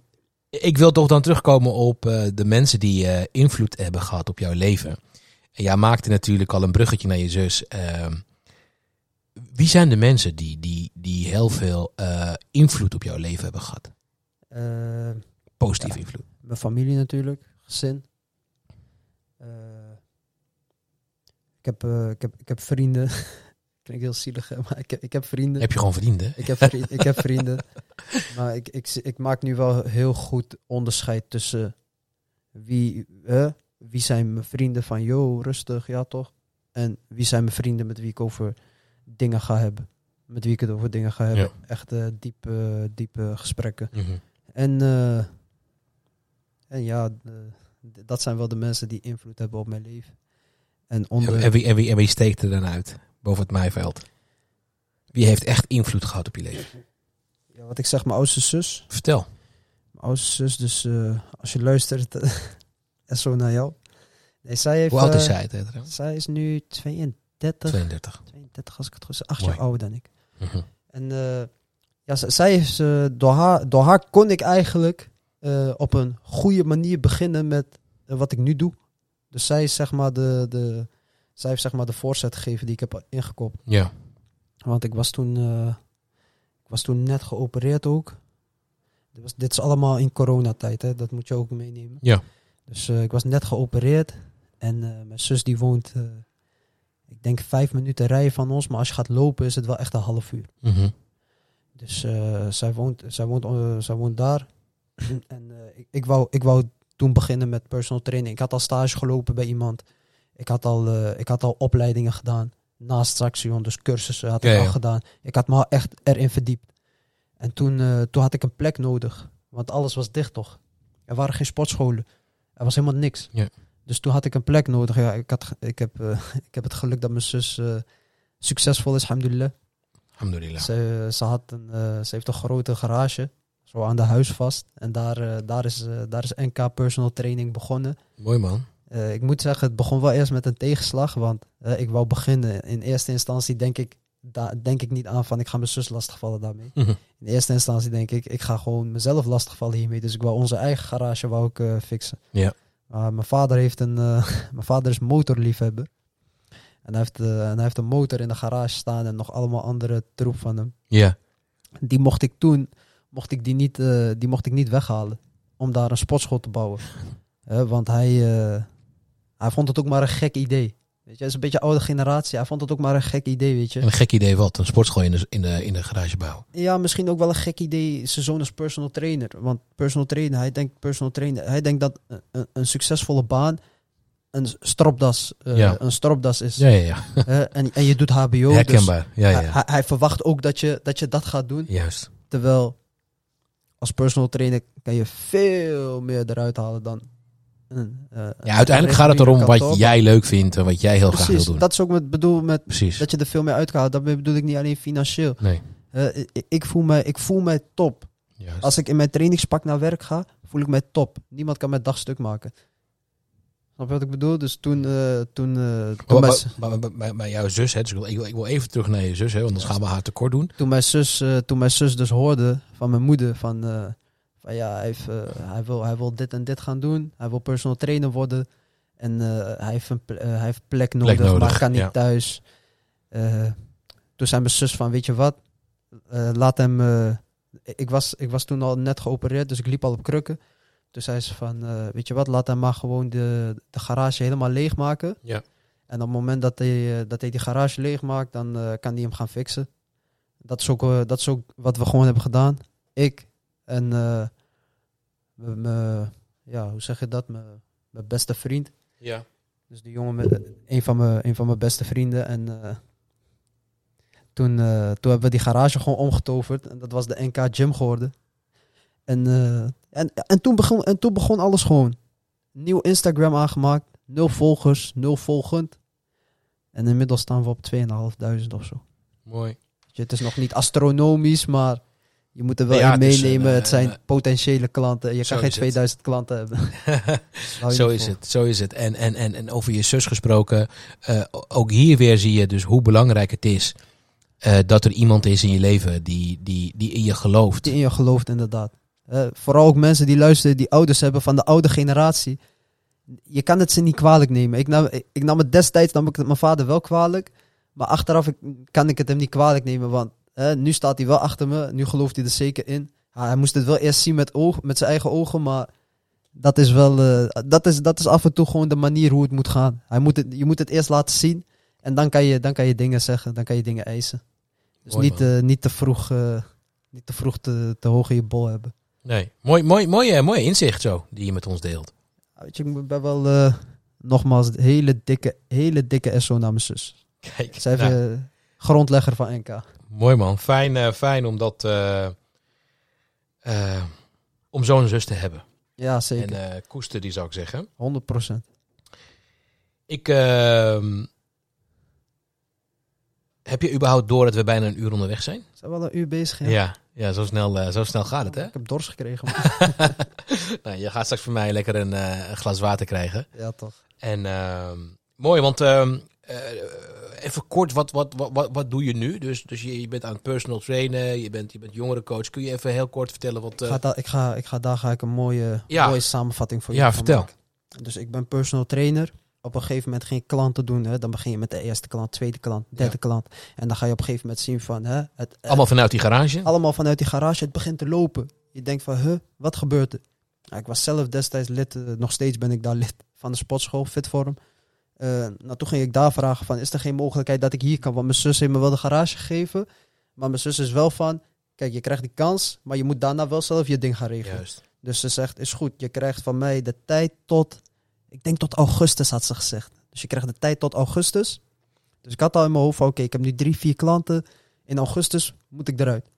[SPEAKER 1] ik wil toch dan terugkomen op eh, de mensen die eh, invloed hebben gehad op jouw leven. En jij maakte natuurlijk al een bruggetje naar je zus. Ehm, wie zijn de mensen die, die, die heel veel eh, invloed op jouw leven hebben gehad?
[SPEAKER 2] Eh,
[SPEAKER 1] Positief invloed.
[SPEAKER 2] mijn familie natuurlijk, gezin. Eh, ik, heb, eh, ik, heb, ik heb vrienden. Klinkt heel zielig, hè, maar ik heb, ik heb vrienden.
[SPEAKER 1] Heb je gewoon verdiend, hè?
[SPEAKER 2] Ik heb, vri- ik heb vrienden. Maar ik, ik, ik maak nu wel heel goed onderscheid tussen wie, hè, wie zijn mijn vrienden van yo, rustig, ja toch? En wie zijn mijn vrienden met wie ik over dingen ga hebben. Met wie ik het over dingen ga hebben.
[SPEAKER 1] Ja.
[SPEAKER 2] Echt eh, diepe, diepe gesprekken. En, eh, en ja, eh, d- dat zijn wel de mensen die invloed hebben op mijn leven. En onder...
[SPEAKER 1] En, wie, en, wie, en wie steekt er dan uit boven het maaiveld? Wie heeft echt invloed gehad op je leven?
[SPEAKER 2] ja, wat ik zeg, mijn oudste zus.
[SPEAKER 1] Vertel.
[SPEAKER 2] Mijn oudste zus, dus eh, als je luistert, en zo naar jou. Nee, zij heeft,
[SPEAKER 1] Hoe oud is
[SPEAKER 2] eh,
[SPEAKER 1] zij? Ted?
[SPEAKER 2] Zij is nu 32,
[SPEAKER 1] 32.
[SPEAKER 2] 32 als ik het goed zeg, acht
[SPEAKER 1] Mooi.
[SPEAKER 2] jaar ouder dan ik.
[SPEAKER 1] Mhm.
[SPEAKER 2] En eh, ja, z- zij heeft, eh, door, haar, door haar kon ik eigenlijk eh, op een goede manier beginnen met eh, wat ik nu doe. Dus zij, is, zeg maar, de, de, zij heeft zeg maar de voorzet gegeven die ik heb ingekopt.
[SPEAKER 1] Ja.
[SPEAKER 2] Want ik was toen, eh, ik was toen net geopereerd ook. Dit, was, dit is allemaal in coronatijd, hè? dat moet je ook meenemen.
[SPEAKER 1] Ja.
[SPEAKER 2] Dus eh, ik was net geopereerd en eh, mijn zus die woont, eh, ik denk vijf minuten rijden van ons, maar als je gaat lopen is het wel echt een half uur.
[SPEAKER 1] Mhm.
[SPEAKER 2] Dus eh, zij, woont, zij, woont, eh, zij woont daar. en eh, ik, ik, wou, ik wou toen beginnen met personal training. Ik had al stage gelopen bij iemand. Ik had al, eh, ik had al opleidingen gedaan. Naast Saxion, dus cursussen had ik
[SPEAKER 1] Ja, ja.
[SPEAKER 2] al gedaan. Ik had me al echt erin verdiept. En toen, eh, toen had ik een plek nodig. Want alles was dicht toch? Er waren geen sportscholen. Er was helemaal niks.
[SPEAKER 1] Ja.
[SPEAKER 2] Dus toen had ik een plek nodig. Ja, ik, had, ge- ik, heb, eh, ik heb het geluk dat mijn zus eh, succesvol is, alhamdulillah.
[SPEAKER 1] Alhamdulillah.
[SPEAKER 2] Ze, ze, had een, eh, ze heeft een grote garage, zo aan de huis vast. En daar, eh, daar, is, eh, daar is NK personal training begonnen.
[SPEAKER 1] Mooi man.
[SPEAKER 2] Eh, ik moet zeggen, het begon wel eerst met een tegenslag, want eh, ik wou beginnen. In eerste instantie denk ik, da- denk ik niet aan van ik ga mijn zus lastigvallen daarmee.
[SPEAKER 1] Mhm.
[SPEAKER 2] In eerste instantie denk ik, ik ga gewoon mezelf lastigvallen hiermee. Dus ik wou onze eigen garage wou ik, eh, fixen.
[SPEAKER 1] Ja.
[SPEAKER 2] Maar mijn vader, heeft een, eh, mijn vader is motorliefhebber. En hij, heeft, eh, en hij heeft een motor in de garage staan en nog allemaal andere troep van hem.
[SPEAKER 1] Ja.
[SPEAKER 2] die mocht ik toen mocht ik die niet, eh, die mocht ik niet weghalen. Om daar een sportschool te bouwen. Hè, want hij, eh, hij vond het ook maar een gek idee. Weet je, hij is een beetje oude generatie. Hij vond het ook maar een gek idee, weet je.
[SPEAKER 1] Een gek idee wat, een sportschool in de, in de, in de garage bouwen.
[SPEAKER 2] Ja, misschien ook wel een gek idee. Zijn zoon is personal trainer. Want personal trainer, hij denkt, personal trainer, hij denkt dat een- een, een succesvolle baan een stropdas, eh,
[SPEAKER 1] Ja.
[SPEAKER 2] een stropdas is.
[SPEAKER 1] Ja, ja, ja.
[SPEAKER 2] Hè, en, en je doet HBO. Dus
[SPEAKER 1] Herkenbaar. Ja, ja,
[SPEAKER 2] hij,
[SPEAKER 1] ja.
[SPEAKER 2] hij- hij verwacht ook dat je, dat je dat gaat doen.
[SPEAKER 1] Juist.
[SPEAKER 2] Terwijl als personal trainer kan je veel meer eruit halen dan. een, eh,
[SPEAKER 1] Ja, uiteindelijk gaat het
[SPEAKER 2] een
[SPEAKER 1] erom wat
[SPEAKER 2] kantoor.
[SPEAKER 1] jij leuk vindt en wat jij heel graag wil
[SPEAKER 2] Precies,
[SPEAKER 1] doen.
[SPEAKER 2] dat is ook wat ik bedoel met
[SPEAKER 1] Precies.
[SPEAKER 2] dat je er veel meer uit kan halen. Daarmee bedoel ik niet alleen financieel.
[SPEAKER 1] Nee.
[SPEAKER 2] Eh, ik, ik voel mij, ik voel mij top.
[SPEAKER 1] Juist.
[SPEAKER 2] Als ik in mijn trainingspak naar werk ga, voel ik mij top. Niemand kan mijn dag stuk maken. Snap je wat ik bedoel? Dus toen. eh, toen, eh,
[SPEAKER 1] Maar,
[SPEAKER 2] toen, mijn,
[SPEAKER 1] maar, maar- maar- maar- maar jouw zus, hè, dus ik, wil, ik, wil, ik wil even terug naar je zus, hè, want anders gaan we haar tekort doen.
[SPEAKER 2] toen, mijn zus, eh, toen mijn zus dus hoorde van mijn moeder van, eh, van ja, hij, heeft, eh, hij, wil, hij wil dit en dit gaan doen. Hij wil personal trainer worden. En eh, hij, heeft een ple- eh, hij heeft plek nodig,
[SPEAKER 1] nodig,
[SPEAKER 2] maar kan niet
[SPEAKER 1] ja.
[SPEAKER 2] thuis. Eh, toen zei mijn zus van, weet je wat, eh, laat hem... eh, ik, was, ik was toen al net geopereerd, dus ik liep al op krukken. Toen zei ze van, eh, weet je wat, laat hem maar gewoon de, de garage helemaal leegmaken.
[SPEAKER 1] Ja.
[SPEAKER 2] En op het moment dat hij, eh, dat hij die garage leegmaakt, dan eh, kan hij hem gaan fixen. Dat is, ook, eh, dat is ook wat we gewoon hebben gedaan. Ik en eh, m- m- ja, hoe zeg je dat? M- Mijn beste vriend.
[SPEAKER 1] Ja.
[SPEAKER 2] Dus die jongen, met, een, van mijn, een van mijn beste vrienden. En eh, toen, eh, toen hebben we die garage gewoon omgetoverd. En dat was de NK Gym geworden. En, eh, en, en, toen begon, en toen begon alles gewoon. Nieuw Instagram aangemaakt. Nul volgers, nul volgend. En inmiddels staan we op 2.500 of zo.
[SPEAKER 1] Mooi.
[SPEAKER 2] Weet je, Het is nog niet astronomisch, maar je moet er wel
[SPEAKER 1] Ja,
[SPEAKER 2] in
[SPEAKER 1] het is
[SPEAKER 2] meenemen.
[SPEAKER 1] een, eh,
[SPEAKER 2] het zijn
[SPEAKER 1] een-
[SPEAKER 2] potentiële klanten. Je
[SPEAKER 1] Zo
[SPEAKER 2] kan
[SPEAKER 1] is
[SPEAKER 2] geen
[SPEAKER 1] het.
[SPEAKER 2] 2000 klanten hebben. Hou je
[SPEAKER 1] zo
[SPEAKER 2] niet
[SPEAKER 1] is
[SPEAKER 2] vol.
[SPEAKER 1] het, zo is het. En, en, en, en over je zus gesproken, eh, o- ook hier weer zie je dus hoe belangrijk het is eh, dat er iemand is in je leven die, die, die in je gelooft.
[SPEAKER 2] die in je gelooft, inderdaad. Eh, vooral ook mensen die luisteren, die ouders hebben van de oude generatie. Je kan het ze niet kwalijk nemen. Ik nam, ik, ik nam het destijds, nam ik het mijn vader wel kwalijk. Maar achteraf ik, kan ik het hem niet kwalijk nemen. Want eh, nu staat hij wel achter me. Nu gelooft hij er zeker in. Ah, hij moest het wel eerst zien met, oog, met zijn eigen ogen. Maar dat is wel. eh, dat, is, dat is af en toe gewoon de manier hoe het moet gaan. Hij moet het, je moet het eerst laten zien. En dan kan, je, dan kan je dingen zeggen. Dan kan je dingen eisen. Dus
[SPEAKER 1] Mooi,
[SPEAKER 2] niet,
[SPEAKER 1] man.
[SPEAKER 2] eh, niet te vroeg. eh, niet te vroeg te, te hoog in je bol hebben.
[SPEAKER 1] Nee, mooi, mooi, mooi, eh, mooi inzicht zo, die je met ons deelt.
[SPEAKER 2] Ja, Weet je, ik ben wel, eh, nogmaals, hele dikke, hele dikke SO naar mijn zus.
[SPEAKER 1] Kijk,
[SPEAKER 2] Zij is
[SPEAKER 1] nou,
[SPEAKER 2] eh, grondlegger van NK.
[SPEAKER 1] mooi man. Fijn, eh, fijn om dat, eh, eh, om zo'n zus te hebben.
[SPEAKER 2] Ja, zeker.
[SPEAKER 1] En eh koester die zou ik zeggen.
[SPEAKER 2] 100%.
[SPEAKER 1] Ik, eh, heb je überhaupt door dat we bijna een uur onderweg zijn?
[SPEAKER 2] Zijn we al een uur bezig?
[SPEAKER 1] Ja, ja, zo, snel, eh, zo snel gaat het hè?
[SPEAKER 2] Ik heb dorst gekregen. man.
[SPEAKER 1] Nou, je gaat straks voor mij lekker een, eh, een glas water krijgen.
[SPEAKER 2] ja, toch.
[SPEAKER 1] En ehm, mooi, want ehm, eh, even kort, wat, wat, wat, wat, wat doe je nu? Dus, dus je, je bent aan het personal trainen, je bent, je bent jongerencoach. Kun je even heel kort vertellen wat...
[SPEAKER 2] Ik
[SPEAKER 1] eh,
[SPEAKER 2] ga, da- ik ga, ik ga, daar ga ik een mooie,
[SPEAKER 1] Ja.
[SPEAKER 2] mooie samenvatting voor
[SPEAKER 1] Ja,
[SPEAKER 2] je gaan
[SPEAKER 1] vertel.
[SPEAKER 2] maken. Dus ik ben personal trainer. Op een gegeven moment ging ik klanten doen. Hè. Dan begin je met de eerste klant, tweede klant, derde
[SPEAKER 1] Ja.
[SPEAKER 2] klant. En dan ga je op een gegeven moment zien van... Hè, het,
[SPEAKER 1] allemaal vanuit die garage?
[SPEAKER 2] allemaal vanuit die garage. Het begint te lopen. Je denkt van, huh, wat gebeurt er? Nou, ik was zelf destijds lid, eh, nog steeds ben ik daar lid van de sportschool, Fitvorm. Eh nou, toen ging ik daar vragen van, is er geen mogelijkheid dat ik hier kan? Want mijn zus heeft me wel de garage gegeven. Maar mijn zus is wel van, kijk, je krijgt die kans, maar je moet daarna wel zelf je ding gaan regelen.
[SPEAKER 1] Juist.
[SPEAKER 2] Dus ze zegt, is goed, je krijgt van mij de tijd tot, ik denk tot augustus had ze gezegd. Dus je krijgt de tijd tot augustus. Dus ik had al in mijn hoofd, van, oké, ik heb nu drie, vier klanten. In augustus moet ik eruit.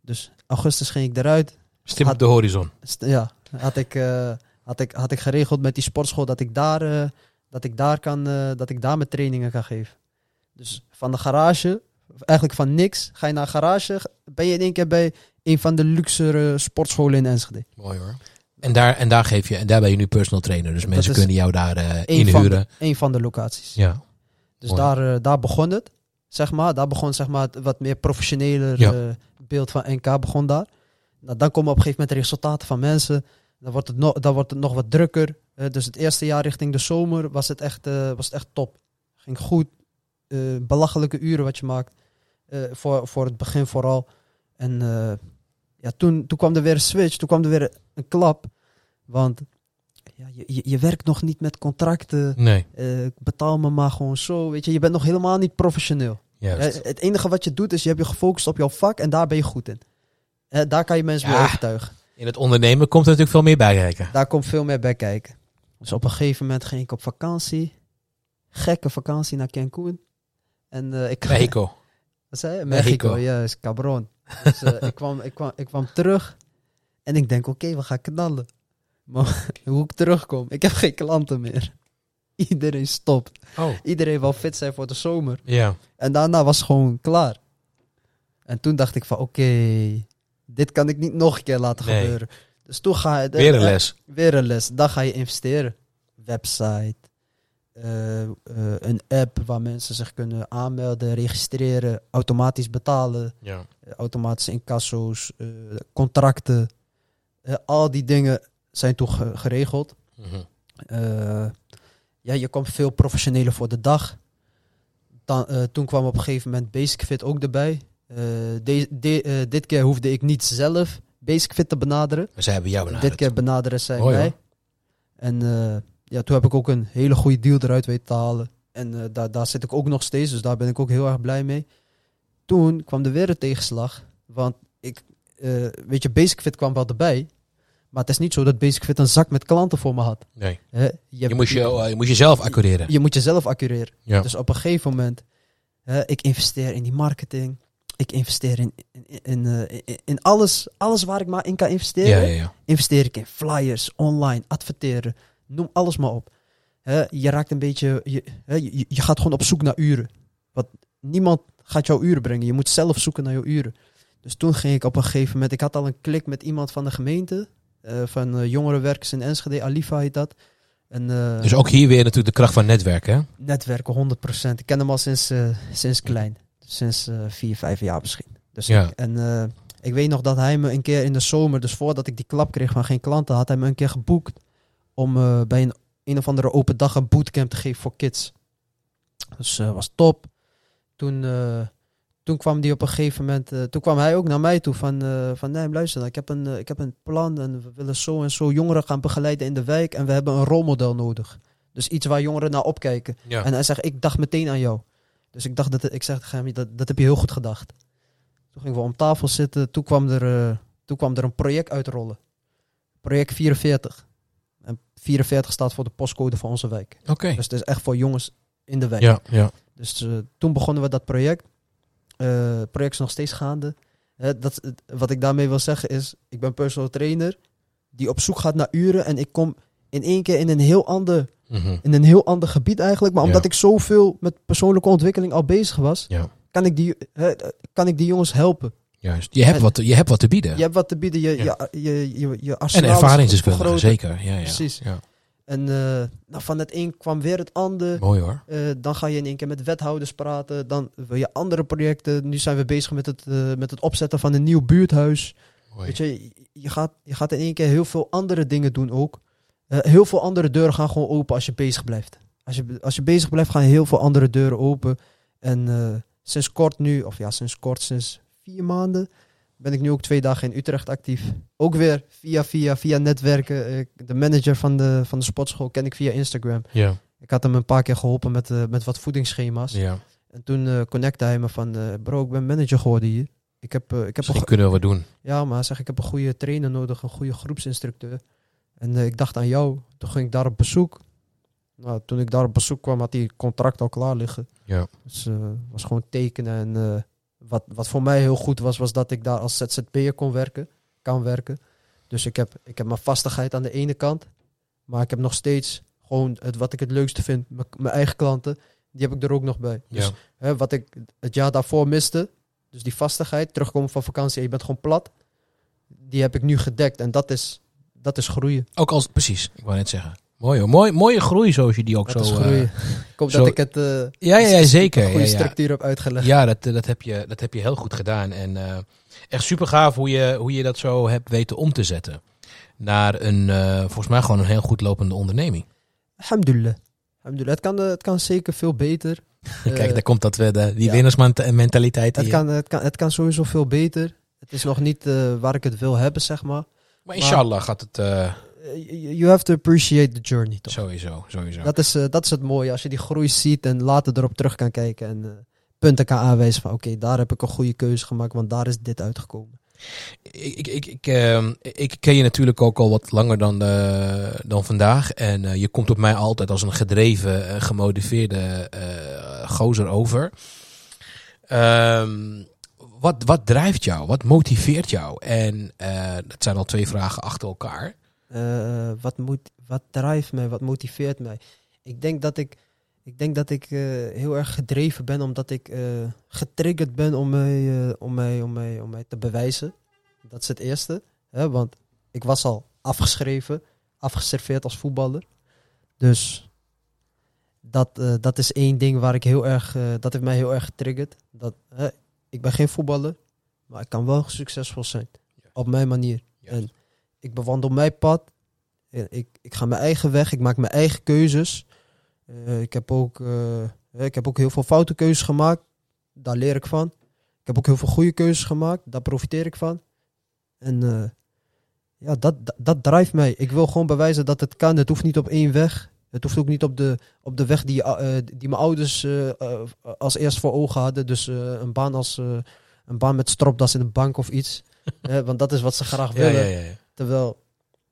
[SPEAKER 2] Dus augustus ging ik eruit.
[SPEAKER 1] Stip op
[SPEAKER 2] Had-
[SPEAKER 1] de horizon.
[SPEAKER 2] St- Ja, had ik, eh, had, ik, had ik geregeld met die sportschool dat ik daar, eh, dat ik daar, kan, eh, dat ik daar mijn trainingen kan geven. Dus van de garage, eigenlijk van niks, ga je naar een garage, ben je in één keer bij een van de luxere sportscholen in Enschede.
[SPEAKER 1] Mooi hoor. En daar, en daar, geef je, en daar ben je nu personal trainer. Dus mensen
[SPEAKER 2] is
[SPEAKER 1] kunnen jou daar eh,
[SPEAKER 2] Eén van, de,
[SPEAKER 1] inhuren.
[SPEAKER 2] één van de locaties.
[SPEAKER 1] Ja.
[SPEAKER 2] Dus
[SPEAKER 1] Mooi.
[SPEAKER 2] daar, eh, daar begon het, zeg maar. Daar begon zeg maar, het wat meer professioneler
[SPEAKER 1] Ja.
[SPEAKER 2] eh, beeld van NK begon daar. Nou, dan komen op een gegeven moment de resultaten van mensen. Dan wordt het, no dan wordt het nog wat drukker. Eh, dus het eerste jaar richting de zomer was het echt, eh, was het echt top. Ging goed. Eh, belachelijke uren wat je maakt. Eh, voor, voor het begin vooral. En eh, ja, toen, toen kwam er weer een switch. Toen kwam er weer een klap. Want ja, je, je, je werkt nog niet met contracten.
[SPEAKER 1] Nee,
[SPEAKER 2] Eh, betaal me maar gewoon zo. Weet je, je bent nog helemaal niet professioneel.
[SPEAKER 1] juist.
[SPEAKER 2] Eh, het enige wat je doet is je hebt je gefocust op jouw vak en daar ben je goed in. Eh, daar kan je mensen
[SPEAKER 1] Ja.
[SPEAKER 2] mee overtuigen.
[SPEAKER 1] In het ondernemen komt er natuurlijk veel meer bij kijken.
[SPEAKER 2] Daar komt veel meer bij kijken. Dus op een gegeven moment ging ik op vakantie. Gekke vakantie naar Cancun. En eh, ik
[SPEAKER 1] Mexico.
[SPEAKER 2] Wat zei je?
[SPEAKER 1] Mexico.
[SPEAKER 2] Mexico, ja, is cabron. Dus, eh, ik, kwam, ik, kwam, ik kwam terug en ik denk, oké, we gaan knallen. Maar hoe ik terugkom, ik heb geen klanten meer. Iedereen stopt.
[SPEAKER 1] Oh,
[SPEAKER 2] Iedereen wil fit zijn voor de zomer.
[SPEAKER 1] ja.
[SPEAKER 2] En daarna was het gewoon klaar. En toen dacht ik van, oké, dit kan ik niet nog een keer laten
[SPEAKER 1] Nee.
[SPEAKER 2] gebeuren. Dus toen ga je...
[SPEAKER 1] Weer een
[SPEAKER 2] eh,
[SPEAKER 1] les.
[SPEAKER 2] Weer een les. Dan ga je investeren. Website. eh, eh, een app waar mensen zich kunnen aanmelden, registreren, automatisch betalen,
[SPEAKER 1] Ja.
[SPEAKER 2] eh, automatische incasso's, eh, contracten. Eh, al die dingen zijn toen ge- geregeld.
[SPEAKER 1] Mhm.
[SPEAKER 2] Eh, ja, je kwam veel professioneler voor de dag. Dan, eh, toen kwam op een gegeven moment Basic Fit ook erbij. Eh, de- de- eh, dit keer hoefde ik niet zelf Basic Fit te benaderen.
[SPEAKER 1] Maar zij hebben jou benaderd.
[SPEAKER 2] Dit keer benaderen zij
[SPEAKER 1] Mooi,
[SPEAKER 2] mij.
[SPEAKER 1] hoor.
[SPEAKER 2] En eh, ja, toen heb ik ook een hele goede deal eruit weten te halen. En eh, daar, daar zit ik ook nog steeds, dus daar ben ik ook heel erg blij mee. Toen kwam er weer een tegenslag, want ik, eh, weet je, Basic Fit kwam wel erbij. Maar het is niet zo dat Basic Fit een zak met klanten voor me had.
[SPEAKER 1] Nee.
[SPEAKER 2] Hè,
[SPEAKER 1] Je moet, je, eh, je moet jezelf accureren.
[SPEAKER 2] je moet jezelf accureren.
[SPEAKER 1] Ja.
[SPEAKER 2] Dus op een gegeven moment, hè, ik investeer in die marketing. Ik investeer in, in, in, eh, in- in alles, alles waar ik maar in kan investeren.
[SPEAKER 1] Ja, ja, ja.
[SPEAKER 2] Investeer ik in flyers, online, adverteren. Noem alles maar op. Hè, je raakt een beetje, je, hè, je, je gaat gewoon op zoek naar uren. Want niemand gaat jouw uren brengen. Je moet zelf zoeken naar jouw uren. Dus toen ging ik op een gegeven moment, ik had al een klik met iemand van de gemeente. eh, van eh, jongerenwerkers in Enschede, Alifa heet dat. En, eh,
[SPEAKER 1] Dus ook hier weer natuurlijk de kracht van netwerken. hè?
[SPEAKER 2] Netwerken 100%. Ik ken hem al sinds, eh, sinds klein. Sinds eh vier, vijf jaar misschien. Dus
[SPEAKER 1] Ja.
[SPEAKER 2] En eh, ik weet nog dat hij me een keer in de zomer, dus voordat ik die klap kreeg van geen klanten, had hij me een keer geboekt om eh, bij een, een of andere open dag een bootcamp te geven voor kids. Dus eh was top. Toen, eh, toen kwam die op een gegeven moment, eh, toen kwam hij ook naar mij toe van, eh van nee, luister, ik heb, een, eh, ik heb een plan en we willen zo en zo jongeren gaan begeleiden in de wijk en we hebben een rolmodel nodig. Dus iets waar jongeren naar opkijken.
[SPEAKER 1] Ja.
[SPEAKER 2] En hij zegt, ik dacht meteen aan jou. Dus ik dacht dat ik zeg tegen hem, dat, dat heb je heel goed gedacht. Toen gingen we om tafel zitten, toen kwam er, eh, toen kwam er een project uitrollen. Project 44. En 44 staat voor de postcode van onze wijk.
[SPEAKER 1] Oké.
[SPEAKER 2] Dus het is echt voor jongens in de wijk.
[SPEAKER 1] Ja, ja.
[SPEAKER 2] Dus eh, toen begonnen we dat project. Eh, het project is nog steeds gaande. Hè, dat, het- wat ik daarmee wil zeggen is, ik ben personal trainer die op zoek gaat naar uren en ik kom in één keer in een heel ander
[SPEAKER 1] Mhm.
[SPEAKER 2] in een heel ander gebied eigenlijk. Maar
[SPEAKER 1] Ja.
[SPEAKER 2] omdat ik zoveel met persoonlijke ontwikkeling al bezig was,
[SPEAKER 1] Ja.
[SPEAKER 2] kan, ik die, hè, kan ik die jongens helpen.
[SPEAKER 1] Juist. Je hebt,
[SPEAKER 2] En-
[SPEAKER 1] wat, je hebt wat te bieden.
[SPEAKER 2] Je hebt wat te bieden, je,
[SPEAKER 1] Ja.
[SPEAKER 2] je, je, je, je arsenaal
[SPEAKER 1] en
[SPEAKER 2] is
[SPEAKER 1] ervaringsdeskundigen,
[SPEAKER 2] vergroot.
[SPEAKER 1] zeker. Ja, ja.
[SPEAKER 2] Precies.
[SPEAKER 1] Ja.
[SPEAKER 2] En eh, nou, van het een kwam weer het ander.
[SPEAKER 1] Mooi hoor.
[SPEAKER 2] Eh, dan ga je in één keer met wethouders praten. Dan wil je andere projecten. Nu zijn we bezig met het, eh, met het opzetten van een nieuw buurthuis.
[SPEAKER 1] Mooi.
[SPEAKER 2] Weet je, je gaat, je gaat in één keer heel veel andere dingen doen ook. Eh, heel veel andere deuren gaan gewoon open als je bezig blijft. Als je, als je bezig blijft, gaan heel veel andere deuren open. En eh, sinds kort nu, of ja, sinds kort, sinds vier maanden, ben ik nu ook twee dagen in Utrecht actief. Ook weer via, via, via netwerken. Eh, de manager van de, van de sportschool ken ik via Instagram.
[SPEAKER 1] Ja.
[SPEAKER 2] Ik had hem een paar keer geholpen met, eh, met wat voedingsschema's.
[SPEAKER 1] ja.
[SPEAKER 2] En toen eh, connecte hij me van, eh, bro, ik ben manager geworden hier. Ik heb, eh, ik heb een
[SPEAKER 1] Misschien kunnen we wat doen.
[SPEAKER 2] ja, maar hij zegt, ik heb een goede trainer nodig, een goede groepsinstructeur. En eh, ik dacht aan jou. Toen ging ik daar op bezoek. Nou, toen ik daar op bezoek kwam, had hij contract al klaar liggen.
[SPEAKER 1] Ja.
[SPEAKER 2] Dus eh was gewoon tekenen. En eh, wat, wat voor mij heel goed was, was dat ik daar als ZZP'er kon werken. Kan werken. Dus ik heb, ik heb mijn vastigheid aan de ene kant. Maar ik heb nog steeds gewoon het, wat ik het leukste vind. mijn- Mijn eigen klanten, die heb ik er ook nog bij. Dus
[SPEAKER 1] Ja.
[SPEAKER 2] hè, wat ik het jaar daarvoor miste, dus die vastigheid, terugkomen van vakantie, en je bent gewoon plat, die heb ik nu gedekt. En dat is, dat is groeien.
[SPEAKER 1] Ook als, precies, ik wou net zeggen. Mooi hoor. Mooi, mooie groei zoals je die ook
[SPEAKER 2] Dat
[SPEAKER 1] zo...
[SPEAKER 2] is
[SPEAKER 1] eh,
[SPEAKER 2] groeien. ik hoop
[SPEAKER 1] zo-
[SPEAKER 2] dat ik het eh,
[SPEAKER 1] ja, ja, ja, zeker.
[SPEAKER 2] goede
[SPEAKER 1] Ja, ja.
[SPEAKER 2] structuur heb uitgelegd.
[SPEAKER 1] Ja, dat, eh, dat, heb je, dat heb je heel goed gedaan. En eh, echt super gaaf hoe je, hoe je dat zo hebt weten om te zetten. Naar een, eh, volgens mij gewoon een heel goed lopende onderneming.
[SPEAKER 2] Alhamdulillah. Alhamdulillah. Het, kan, eh, het kan zeker veel beter. Eh,
[SPEAKER 1] Kijk, daar komt dat, we de, die eh,
[SPEAKER 2] ja.
[SPEAKER 1] winnersmentaliteit
[SPEAKER 2] het,
[SPEAKER 1] in.
[SPEAKER 2] kan, het, kan, het kan sowieso veel beter. Het is nog niet eh, waar ik het wil hebben, zeg maar.
[SPEAKER 1] Maar inshallah gaat het eh,
[SPEAKER 2] Eh, you- you have to appreciate the journey, toch?
[SPEAKER 1] sowieso, sowieso.
[SPEAKER 2] Dat is, eh, dat is het mooie. Als je die groei ziet en later erop terug kan kijken. En eh, punten kan aanwijzen van oké, daar heb ik een goede keuze gemaakt. Want daar is dit uitgekomen.
[SPEAKER 1] Ik, ik, ik, ik, ehm, ik ken je natuurlijk ook al wat langer dan, eh, dan vandaag. En eh, je komt op mij altijd als een gedreven, eh, gemotiveerde eh, gozer over. Ehm, wat, wat drijft jou? Wat motiveert jou? En eh, dat zijn al twee vragen achter elkaar.
[SPEAKER 2] Eh, wat, moet, wat drijft mij? Wat motiveert mij? Ik denk dat ik, ik, denk dat ik eh, heel erg gedreven ben. Omdat ik eh, getriggerd ben om mij, eh, om, mij, om, mij, om mij te bewijzen. Dat is het eerste. Hè? Want ik was al afgeschreven. Afgeserveerd als voetballer. Dus dat, eh, dat is één ding waar ik heel erg, eh, dat heeft mij heel erg getriggerd. Dat, hè, ik ben geen voetballer, maar ik kan wel succesvol zijn. Op mijn manier. En ik bewandel mijn pad. En ik, ik ga mijn eigen weg. Ik maak mijn eigen keuzes. Eh, ik, heb ook, eh, hè, ik heb ook heel veel foute keuzes gemaakt. Daar leer ik van. Ik heb ook heel veel goede keuzes gemaakt. Daar profiteer ik van. En eh, ja, dat, dat, dat drijft mij. Ik wil gewoon bewijzen dat het kan. Het hoeft niet op één weg. Het hoeft ook niet op de, op de weg die, eh, die mijn ouders eh, eh, als eerst voor ogen hadden. Dus eh, een, baan als, eh, een baan met stropdas in een bank of iets. Eh, want dat is wat ze graag willen. Terwijl,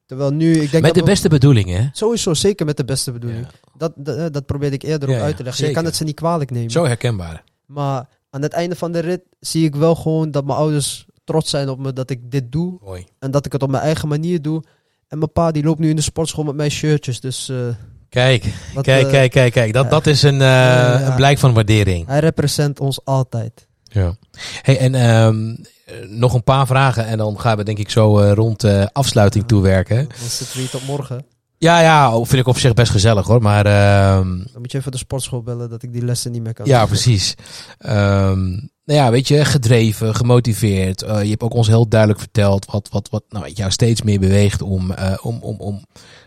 [SPEAKER 2] terwijl nu, ik denk
[SPEAKER 1] Met de
[SPEAKER 2] dat we-
[SPEAKER 1] beste bedoelingen, hè?
[SPEAKER 2] Sowieso, zeker met de beste bedoeling. Dat, dat, eh, dat probeerde ik eerder
[SPEAKER 1] Ja,
[SPEAKER 2] ook
[SPEAKER 1] ja,
[SPEAKER 2] uit te leggen. Je
[SPEAKER 1] zeker.
[SPEAKER 2] kan het ze niet kwalijk nemen.
[SPEAKER 1] Zo herkenbaar.
[SPEAKER 2] Maar aan het einde van de rit zie ik wel gewoon dat mijn ouders trots zijn op me dat ik dit doe.
[SPEAKER 1] Mooi.
[SPEAKER 2] En dat ik het op mijn eigen manier doe. En mijn pa die loopt nu in de sportschool met mijn shirtjes. Dus eh,
[SPEAKER 1] Kijk,
[SPEAKER 2] wat,
[SPEAKER 1] kijk,
[SPEAKER 2] eh,
[SPEAKER 1] kijk, kijk, kijk. Dat,
[SPEAKER 2] ja.
[SPEAKER 1] dat is een, eh,
[SPEAKER 2] ja.
[SPEAKER 1] een blijk van waardering.
[SPEAKER 2] hij represent ons altijd.
[SPEAKER 1] Ja. Hey, en ehm, eh, nog een paar vragen en dan gaan we denk ik zo eh, rond eh, afsluiting
[SPEAKER 2] Ja.
[SPEAKER 1] toewerken.
[SPEAKER 2] Dan zitten we hier tot morgen.
[SPEAKER 1] Ja, ja, oh, vind ik op zich best gezellig hoor. Maar ehm,
[SPEAKER 2] Dan moet je even de sportschool bellen dat ik die lessen niet meer kan.
[SPEAKER 1] ja, precies. Ehm, nou ja, weet je, gedreven, gemotiveerd. Eh, je hebt ook ons heel duidelijk verteld wat, wat, wat nou, jou steeds meer beweegt om, eh, om, om, om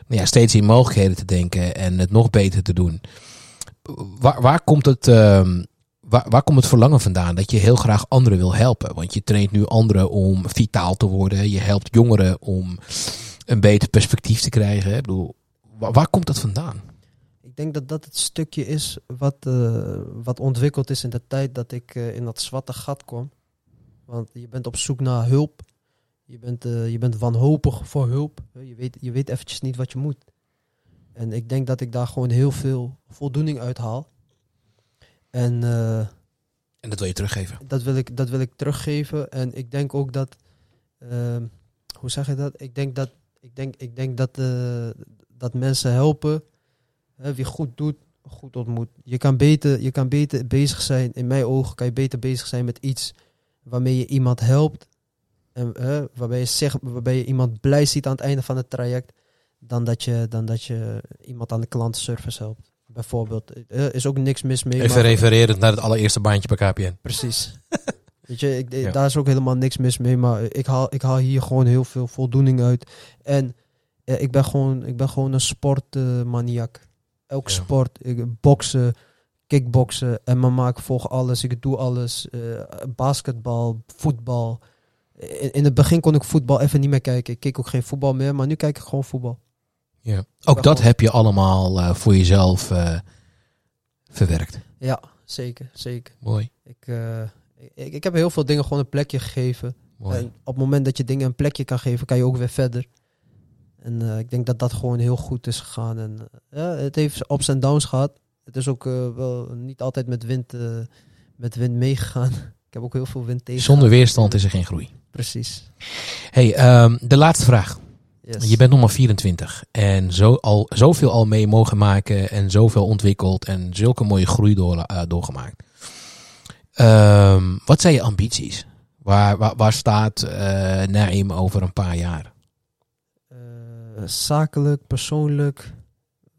[SPEAKER 1] nou ja, steeds in mogelijkheden te denken en het nog beter te doen. Waar, waar, komt het, ehm, waar, waar komt het verlangen vandaan dat je heel graag anderen wil helpen? Want je traint nu anderen om vitaal te worden. Je helpt jongeren om een beter perspectief te krijgen. Ik bedoel, waar, waar komt dat vandaan?
[SPEAKER 2] Ik denk dat dat het stukje is wat, eh, wat ontwikkeld is in de tijd dat ik eh, in dat zwarte gat kwam. Want je bent op zoek naar hulp. Je bent, eh, je bent wanhopig voor hulp. Je weet, je weet eventjes niet wat je moet. En ik denk dat ik daar gewoon heel veel voldoening uit haal. En eh,
[SPEAKER 1] En dat wil je teruggeven.
[SPEAKER 2] dat, wil ik, dat wil ik teruggeven. En ik denk ook dat. ehm, hoe zeg je dat? Ik denk dat, ik denk, ik denk dat, eh, dat mensen helpen. Hè, wie goed doet, goed ontmoet. Je kan, beter, je kan beter bezig zijn, in mijn ogen kan je beter bezig zijn met iets waarmee je iemand helpt. En hè, waarbij, je zeg, waarbij je iemand blij ziet aan het einde van het traject. Dan dat je, dan dat je iemand aan de klantenservice helpt. Bijvoorbeeld. Er is ook niks mis mee.
[SPEAKER 1] Even
[SPEAKER 2] maar-
[SPEAKER 1] refererend naar het allereerste baantje bij KPN.
[SPEAKER 2] Precies. Weet je, ik, ik-
[SPEAKER 1] Ja.
[SPEAKER 2] daar is ook helemaal niks mis mee, maar ik haal, ik haal hier gewoon heel veel voldoening uit. En eh, ik, ben gewoon, ik ben gewoon een sportmaniak. Elk
[SPEAKER 1] Ja.
[SPEAKER 2] sport, ik, boksen, kickboksen, MMA, ik volg alles, ik doe alles. eh, basketbal, voetbal. In, in het begin kon ik voetbal even niet meer kijken. Ik keek ook geen voetbal meer, maar nu kijk ik gewoon voetbal.
[SPEAKER 1] Ja. Ook dat heb je allemaal eh, voor jezelf eh, verwerkt.
[SPEAKER 2] Ja, zeker, zeker.
[SPEAKER 1] Mooi.
[SPEAKER 2] Ik, eh, ik, ik heb heel veel dingen gewoon een plekje gegeven.
[SPEAKER 1] Mooi.
[SPEAKER 2] En op het moment dat je dingen een plekje kan geven, kan je ook weer verder. En eh, ik denk dat dat gewoon heel goed is gegaan. En, eh, ja, het heeft ups en downs gehad. Het is ook eh, wel niet altijd met wind, eh, met wind meegegaan. ik heb ook heel veel wind tegen.
[SPEAKER 1] Zonder weerstand is er geen groei.
[SPEAKER 2] Precies.
[SPEAKER 1] Hey, ehm, de laatste vraag.
[SPEAKER 2] Yes.
[SPEAKER 1] Je bent nog maar 24 en zo al, zoveel al mee mogen maken en zoveel ontwikkeld en zulke mooie groei door, eh, doorgemaakt. Ehm, wat zijn je ambities? Waar, waar, waar staat eh Naim over een paar jaar?
[SPEAKER 2] Eh, zakelijk, persoonlijk.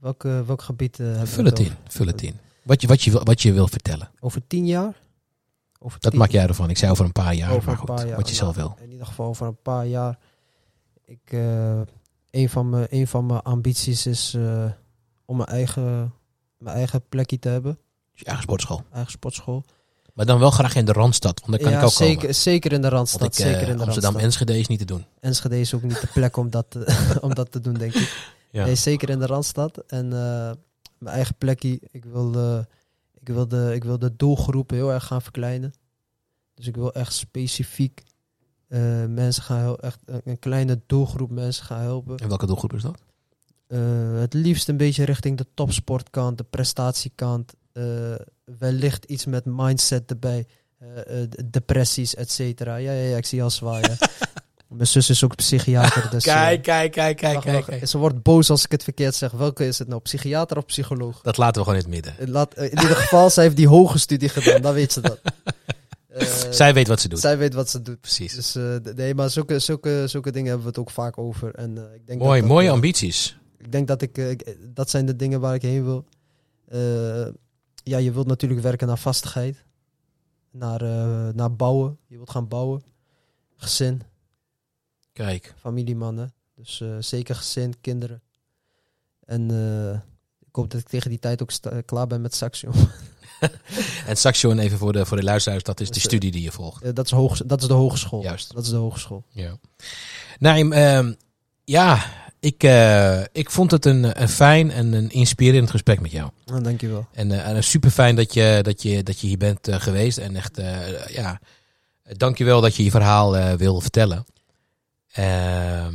[SPEAKER 2] Welke, welk gebied eh hebben
[SPEAKER 1] Vul
[SPEAKER 2] we
[SPEAKER 1] het
[SPEAKER 2] het
[SPEAKER 1] in,
[SPEAKER 2] over?
[SPEAKER 1] vul het in. Wat je, wat je, wil- wat je wil vertellen.
[SPEAKER 2] Over tien jaar? Over
[SPEAKER 1] Dat
[SPEAKER 2] tien-
[SPEAKER 1] maak jij ervan. Ik zei over een paar jaar,
[SPEAKER 2] Over
[SPEAKER 1] maar
[SPEAKER 2] een
[SPEAKER 1] goed,
[SPEAKER 2] paar jaar,
[SPEAKER 1] wat je zelf wil.
[SPEAKER 2] in ieder geval over een paar jaar. Ik, eh, een, van mijn, een van mijn ambities is eh, om mijn eigen, mijn eigen plekje te hebben.
[SPEAKER 1] Je eigen sportschool.
[SPEAKER 2] Eigen sportschool.
[SPEAKER 1] Maar dan wel graag in de Randstad, want daar kan
[SPEAKER 2] ja,
[SPEAKER 1] ik ook
[SPEAKER 2] zeker,
[SPEAKER 1] komen.
[SPEAKER 2] zeker in de
[SPEAKER 1] Want
[SPEAKER 2] Randstad.
[SPEAKER 1] ik, eh,
[SPEAKER 2] zeker in de
[SPEAKER 1] Amsterdam
[SPEAKER 2] Randstad.
[SPEAKER 1] Enschede is niet te doen.
[SPEAKER 2] Enschede is ook niet de plek om dat, te- om dat te doen, denk ik.
[SPEAKER 1] Ja.
[SPEAKER 2] Nee, zeker in de Randstad. En eh, mijn eigen plekje. Ik wil, eh, ik, wil de, ik wil de doelgroep heel erg gaan verkleinen. Dus ik wil echt specifiek eh, mensen gaan helpen. Echt een- een kleine doelgroep mensen gaan helpen.
[SPEAKER 1] En welke doelgroep is dat?
[SPEAKER 2] Eh, het liefst een beetje richting de topsportkant, de prestatiekant. eh, wellicht iets met mindset erbij. eh, eh, d- depressies, et cetera. Ja, ja, ja, ik zie je al zwaaien. Mijn zus is ook psychiater. Dus, eh,
[SPEAKER 1] kijk, kijk, kijk,
[SPEAKER 2] wacht, wacht. Ze wordt boos als ik het verkeerd zeg. Welke is het nou? Psychiater of psycholoog?
[SPEAKER 1] Dat laten we gewoon in het midden.
[SPEAKER 2] Eh, Laat, eh, in ieder geval, zij heeft die hoge studie gedaan. Dan weet ze dat. Eh,
[SPEAKER 1] Zij weet wat ze doet.
[SPEAKER 2] zij weet wat ze doet.
[SPEAKER 1] Precies.
[SPEAKER 2] Dus eh, d- nee, maar zulke, zulke, zulke dingen hebben we het ook vaak over. En, eh, ik denk
[SPEAKER 1] Mooi,
[SPEAKER 2] dat dat,
[SPEAKER 1] mooie
[SPEAKER 2] eh,
[SPEAKER 1] ambities.
[SPEAKER 2] ik denk dat ik, eh, ik- dat zijn de dingen waar ik heen wil. Eh, ja, je wilt natuurlijk werken naar vastigheid, naar, eh, naar bouwen. Je wilt gaan bouwen. Gezin,
[SPEAKER 1] Kijk,
[SPEAKER 2] familiemannen. Dus eh, zeker gezin, kinderen. En eh, ik hoop dat ik tegen die tijd ook sta- klaar ben met Saxion.
[SPEAKER 1] en Saxion even voor de, voor de luisteraars, dat is de
[SPEAKER 2] Dus, eh,
[SPEAKER 1] studie die je volgt.
[SPEAKER 2] Eh, dat, is hoog, dat is de hogeschool.
[SPEAKER 1] Juist.
[SPEAKER 2] Dat is de hogeschool.
[SPEAKER 1] Ja. Naim, ehm, ja, Ik, eh, ik vond het een, een fijn en een inspirerend gesprek met jou.
[SPEAKER 2] Nou, dankjewel.
[SPEAKER 1] En, eh, en super fijn dat je, dat, je, dat je hier bent eh, geweest. En echt, eh ja, dankjewel dat je je verhaal eh wil vertellen. Ehm,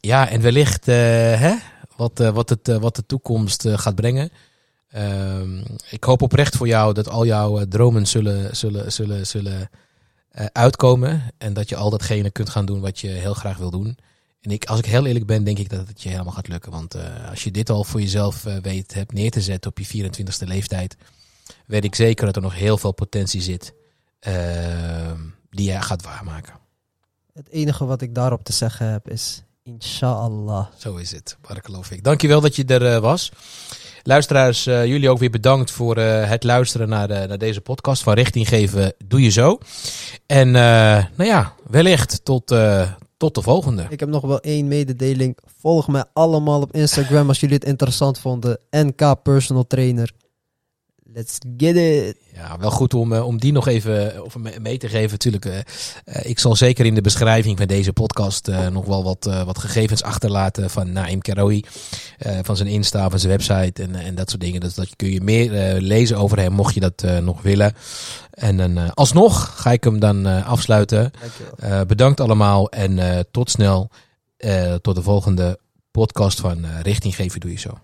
[SPEAKER 1] ja, en wellicht eh, hè, wat, eh, wat, het, eh, wat de toekomst eh, gaat brengen. Ehm, ik hoop oprecht voor jou dat al jouw eh, dromen zullen, zullen, zullen, zullen eh, uitkomen. En dat je al datgene kunt gaan doen wat je heel graag wil doen. En ik, als ik heel eerlijk ben, denk ik dat het je helemaal gaat lukken. Want eh, als je dit al voor jezelf eh, weet hebt neer te zetten op je 24ste leeftijd, weet ik zeker dat er nog heel veel potentie zit ehm, die jij gaat waarmaken.
[SPEAKER 2] Het enige wat ik daarop te zeggen heb is inshallah.
[SPEAKER 1] Zo is het, geloof ik. Dankjewel dat je er eh, was. Luisteraars, eh, jullie ook weer bedankt voor eh, het luisteren naar, eh, naar deze podcast. Van Richting Geven doe je zo. En eh, nou ja, wellicht tot, eh, tot de volgende.
[SPEAKER 2] Ik heb nog wel één mededeling. Volg mij allemaal op Instagram als jullie het interessant vonden. NK Personal Trainer. Let's get it.
[SPEAKER 1] Ja, wel goed om, eh, om die nog even eh, of me- mee te geven. Natuurlijk, eh, eh, ik zal zeker in de beschrijving van deze podcast eh, nog wel wat, eh, wat gegevens achterlaten van Naim Karoui. eh, van zijn Insta, van zijn website en, en dat soort dingen. Dus dat kun je meer eh, lezen over hem, mocht je dat eh, nog willen. En dan, eh, alsnog ga ik hem dan eh, afsluiten.
[SPEAKER 2] Dankjewel.
[SPEAKER 1] Eh, bedankt allemaal en eh, tot snel. Eh, tot de volgende podcast van eh, Richting Geven Doe Je Zo.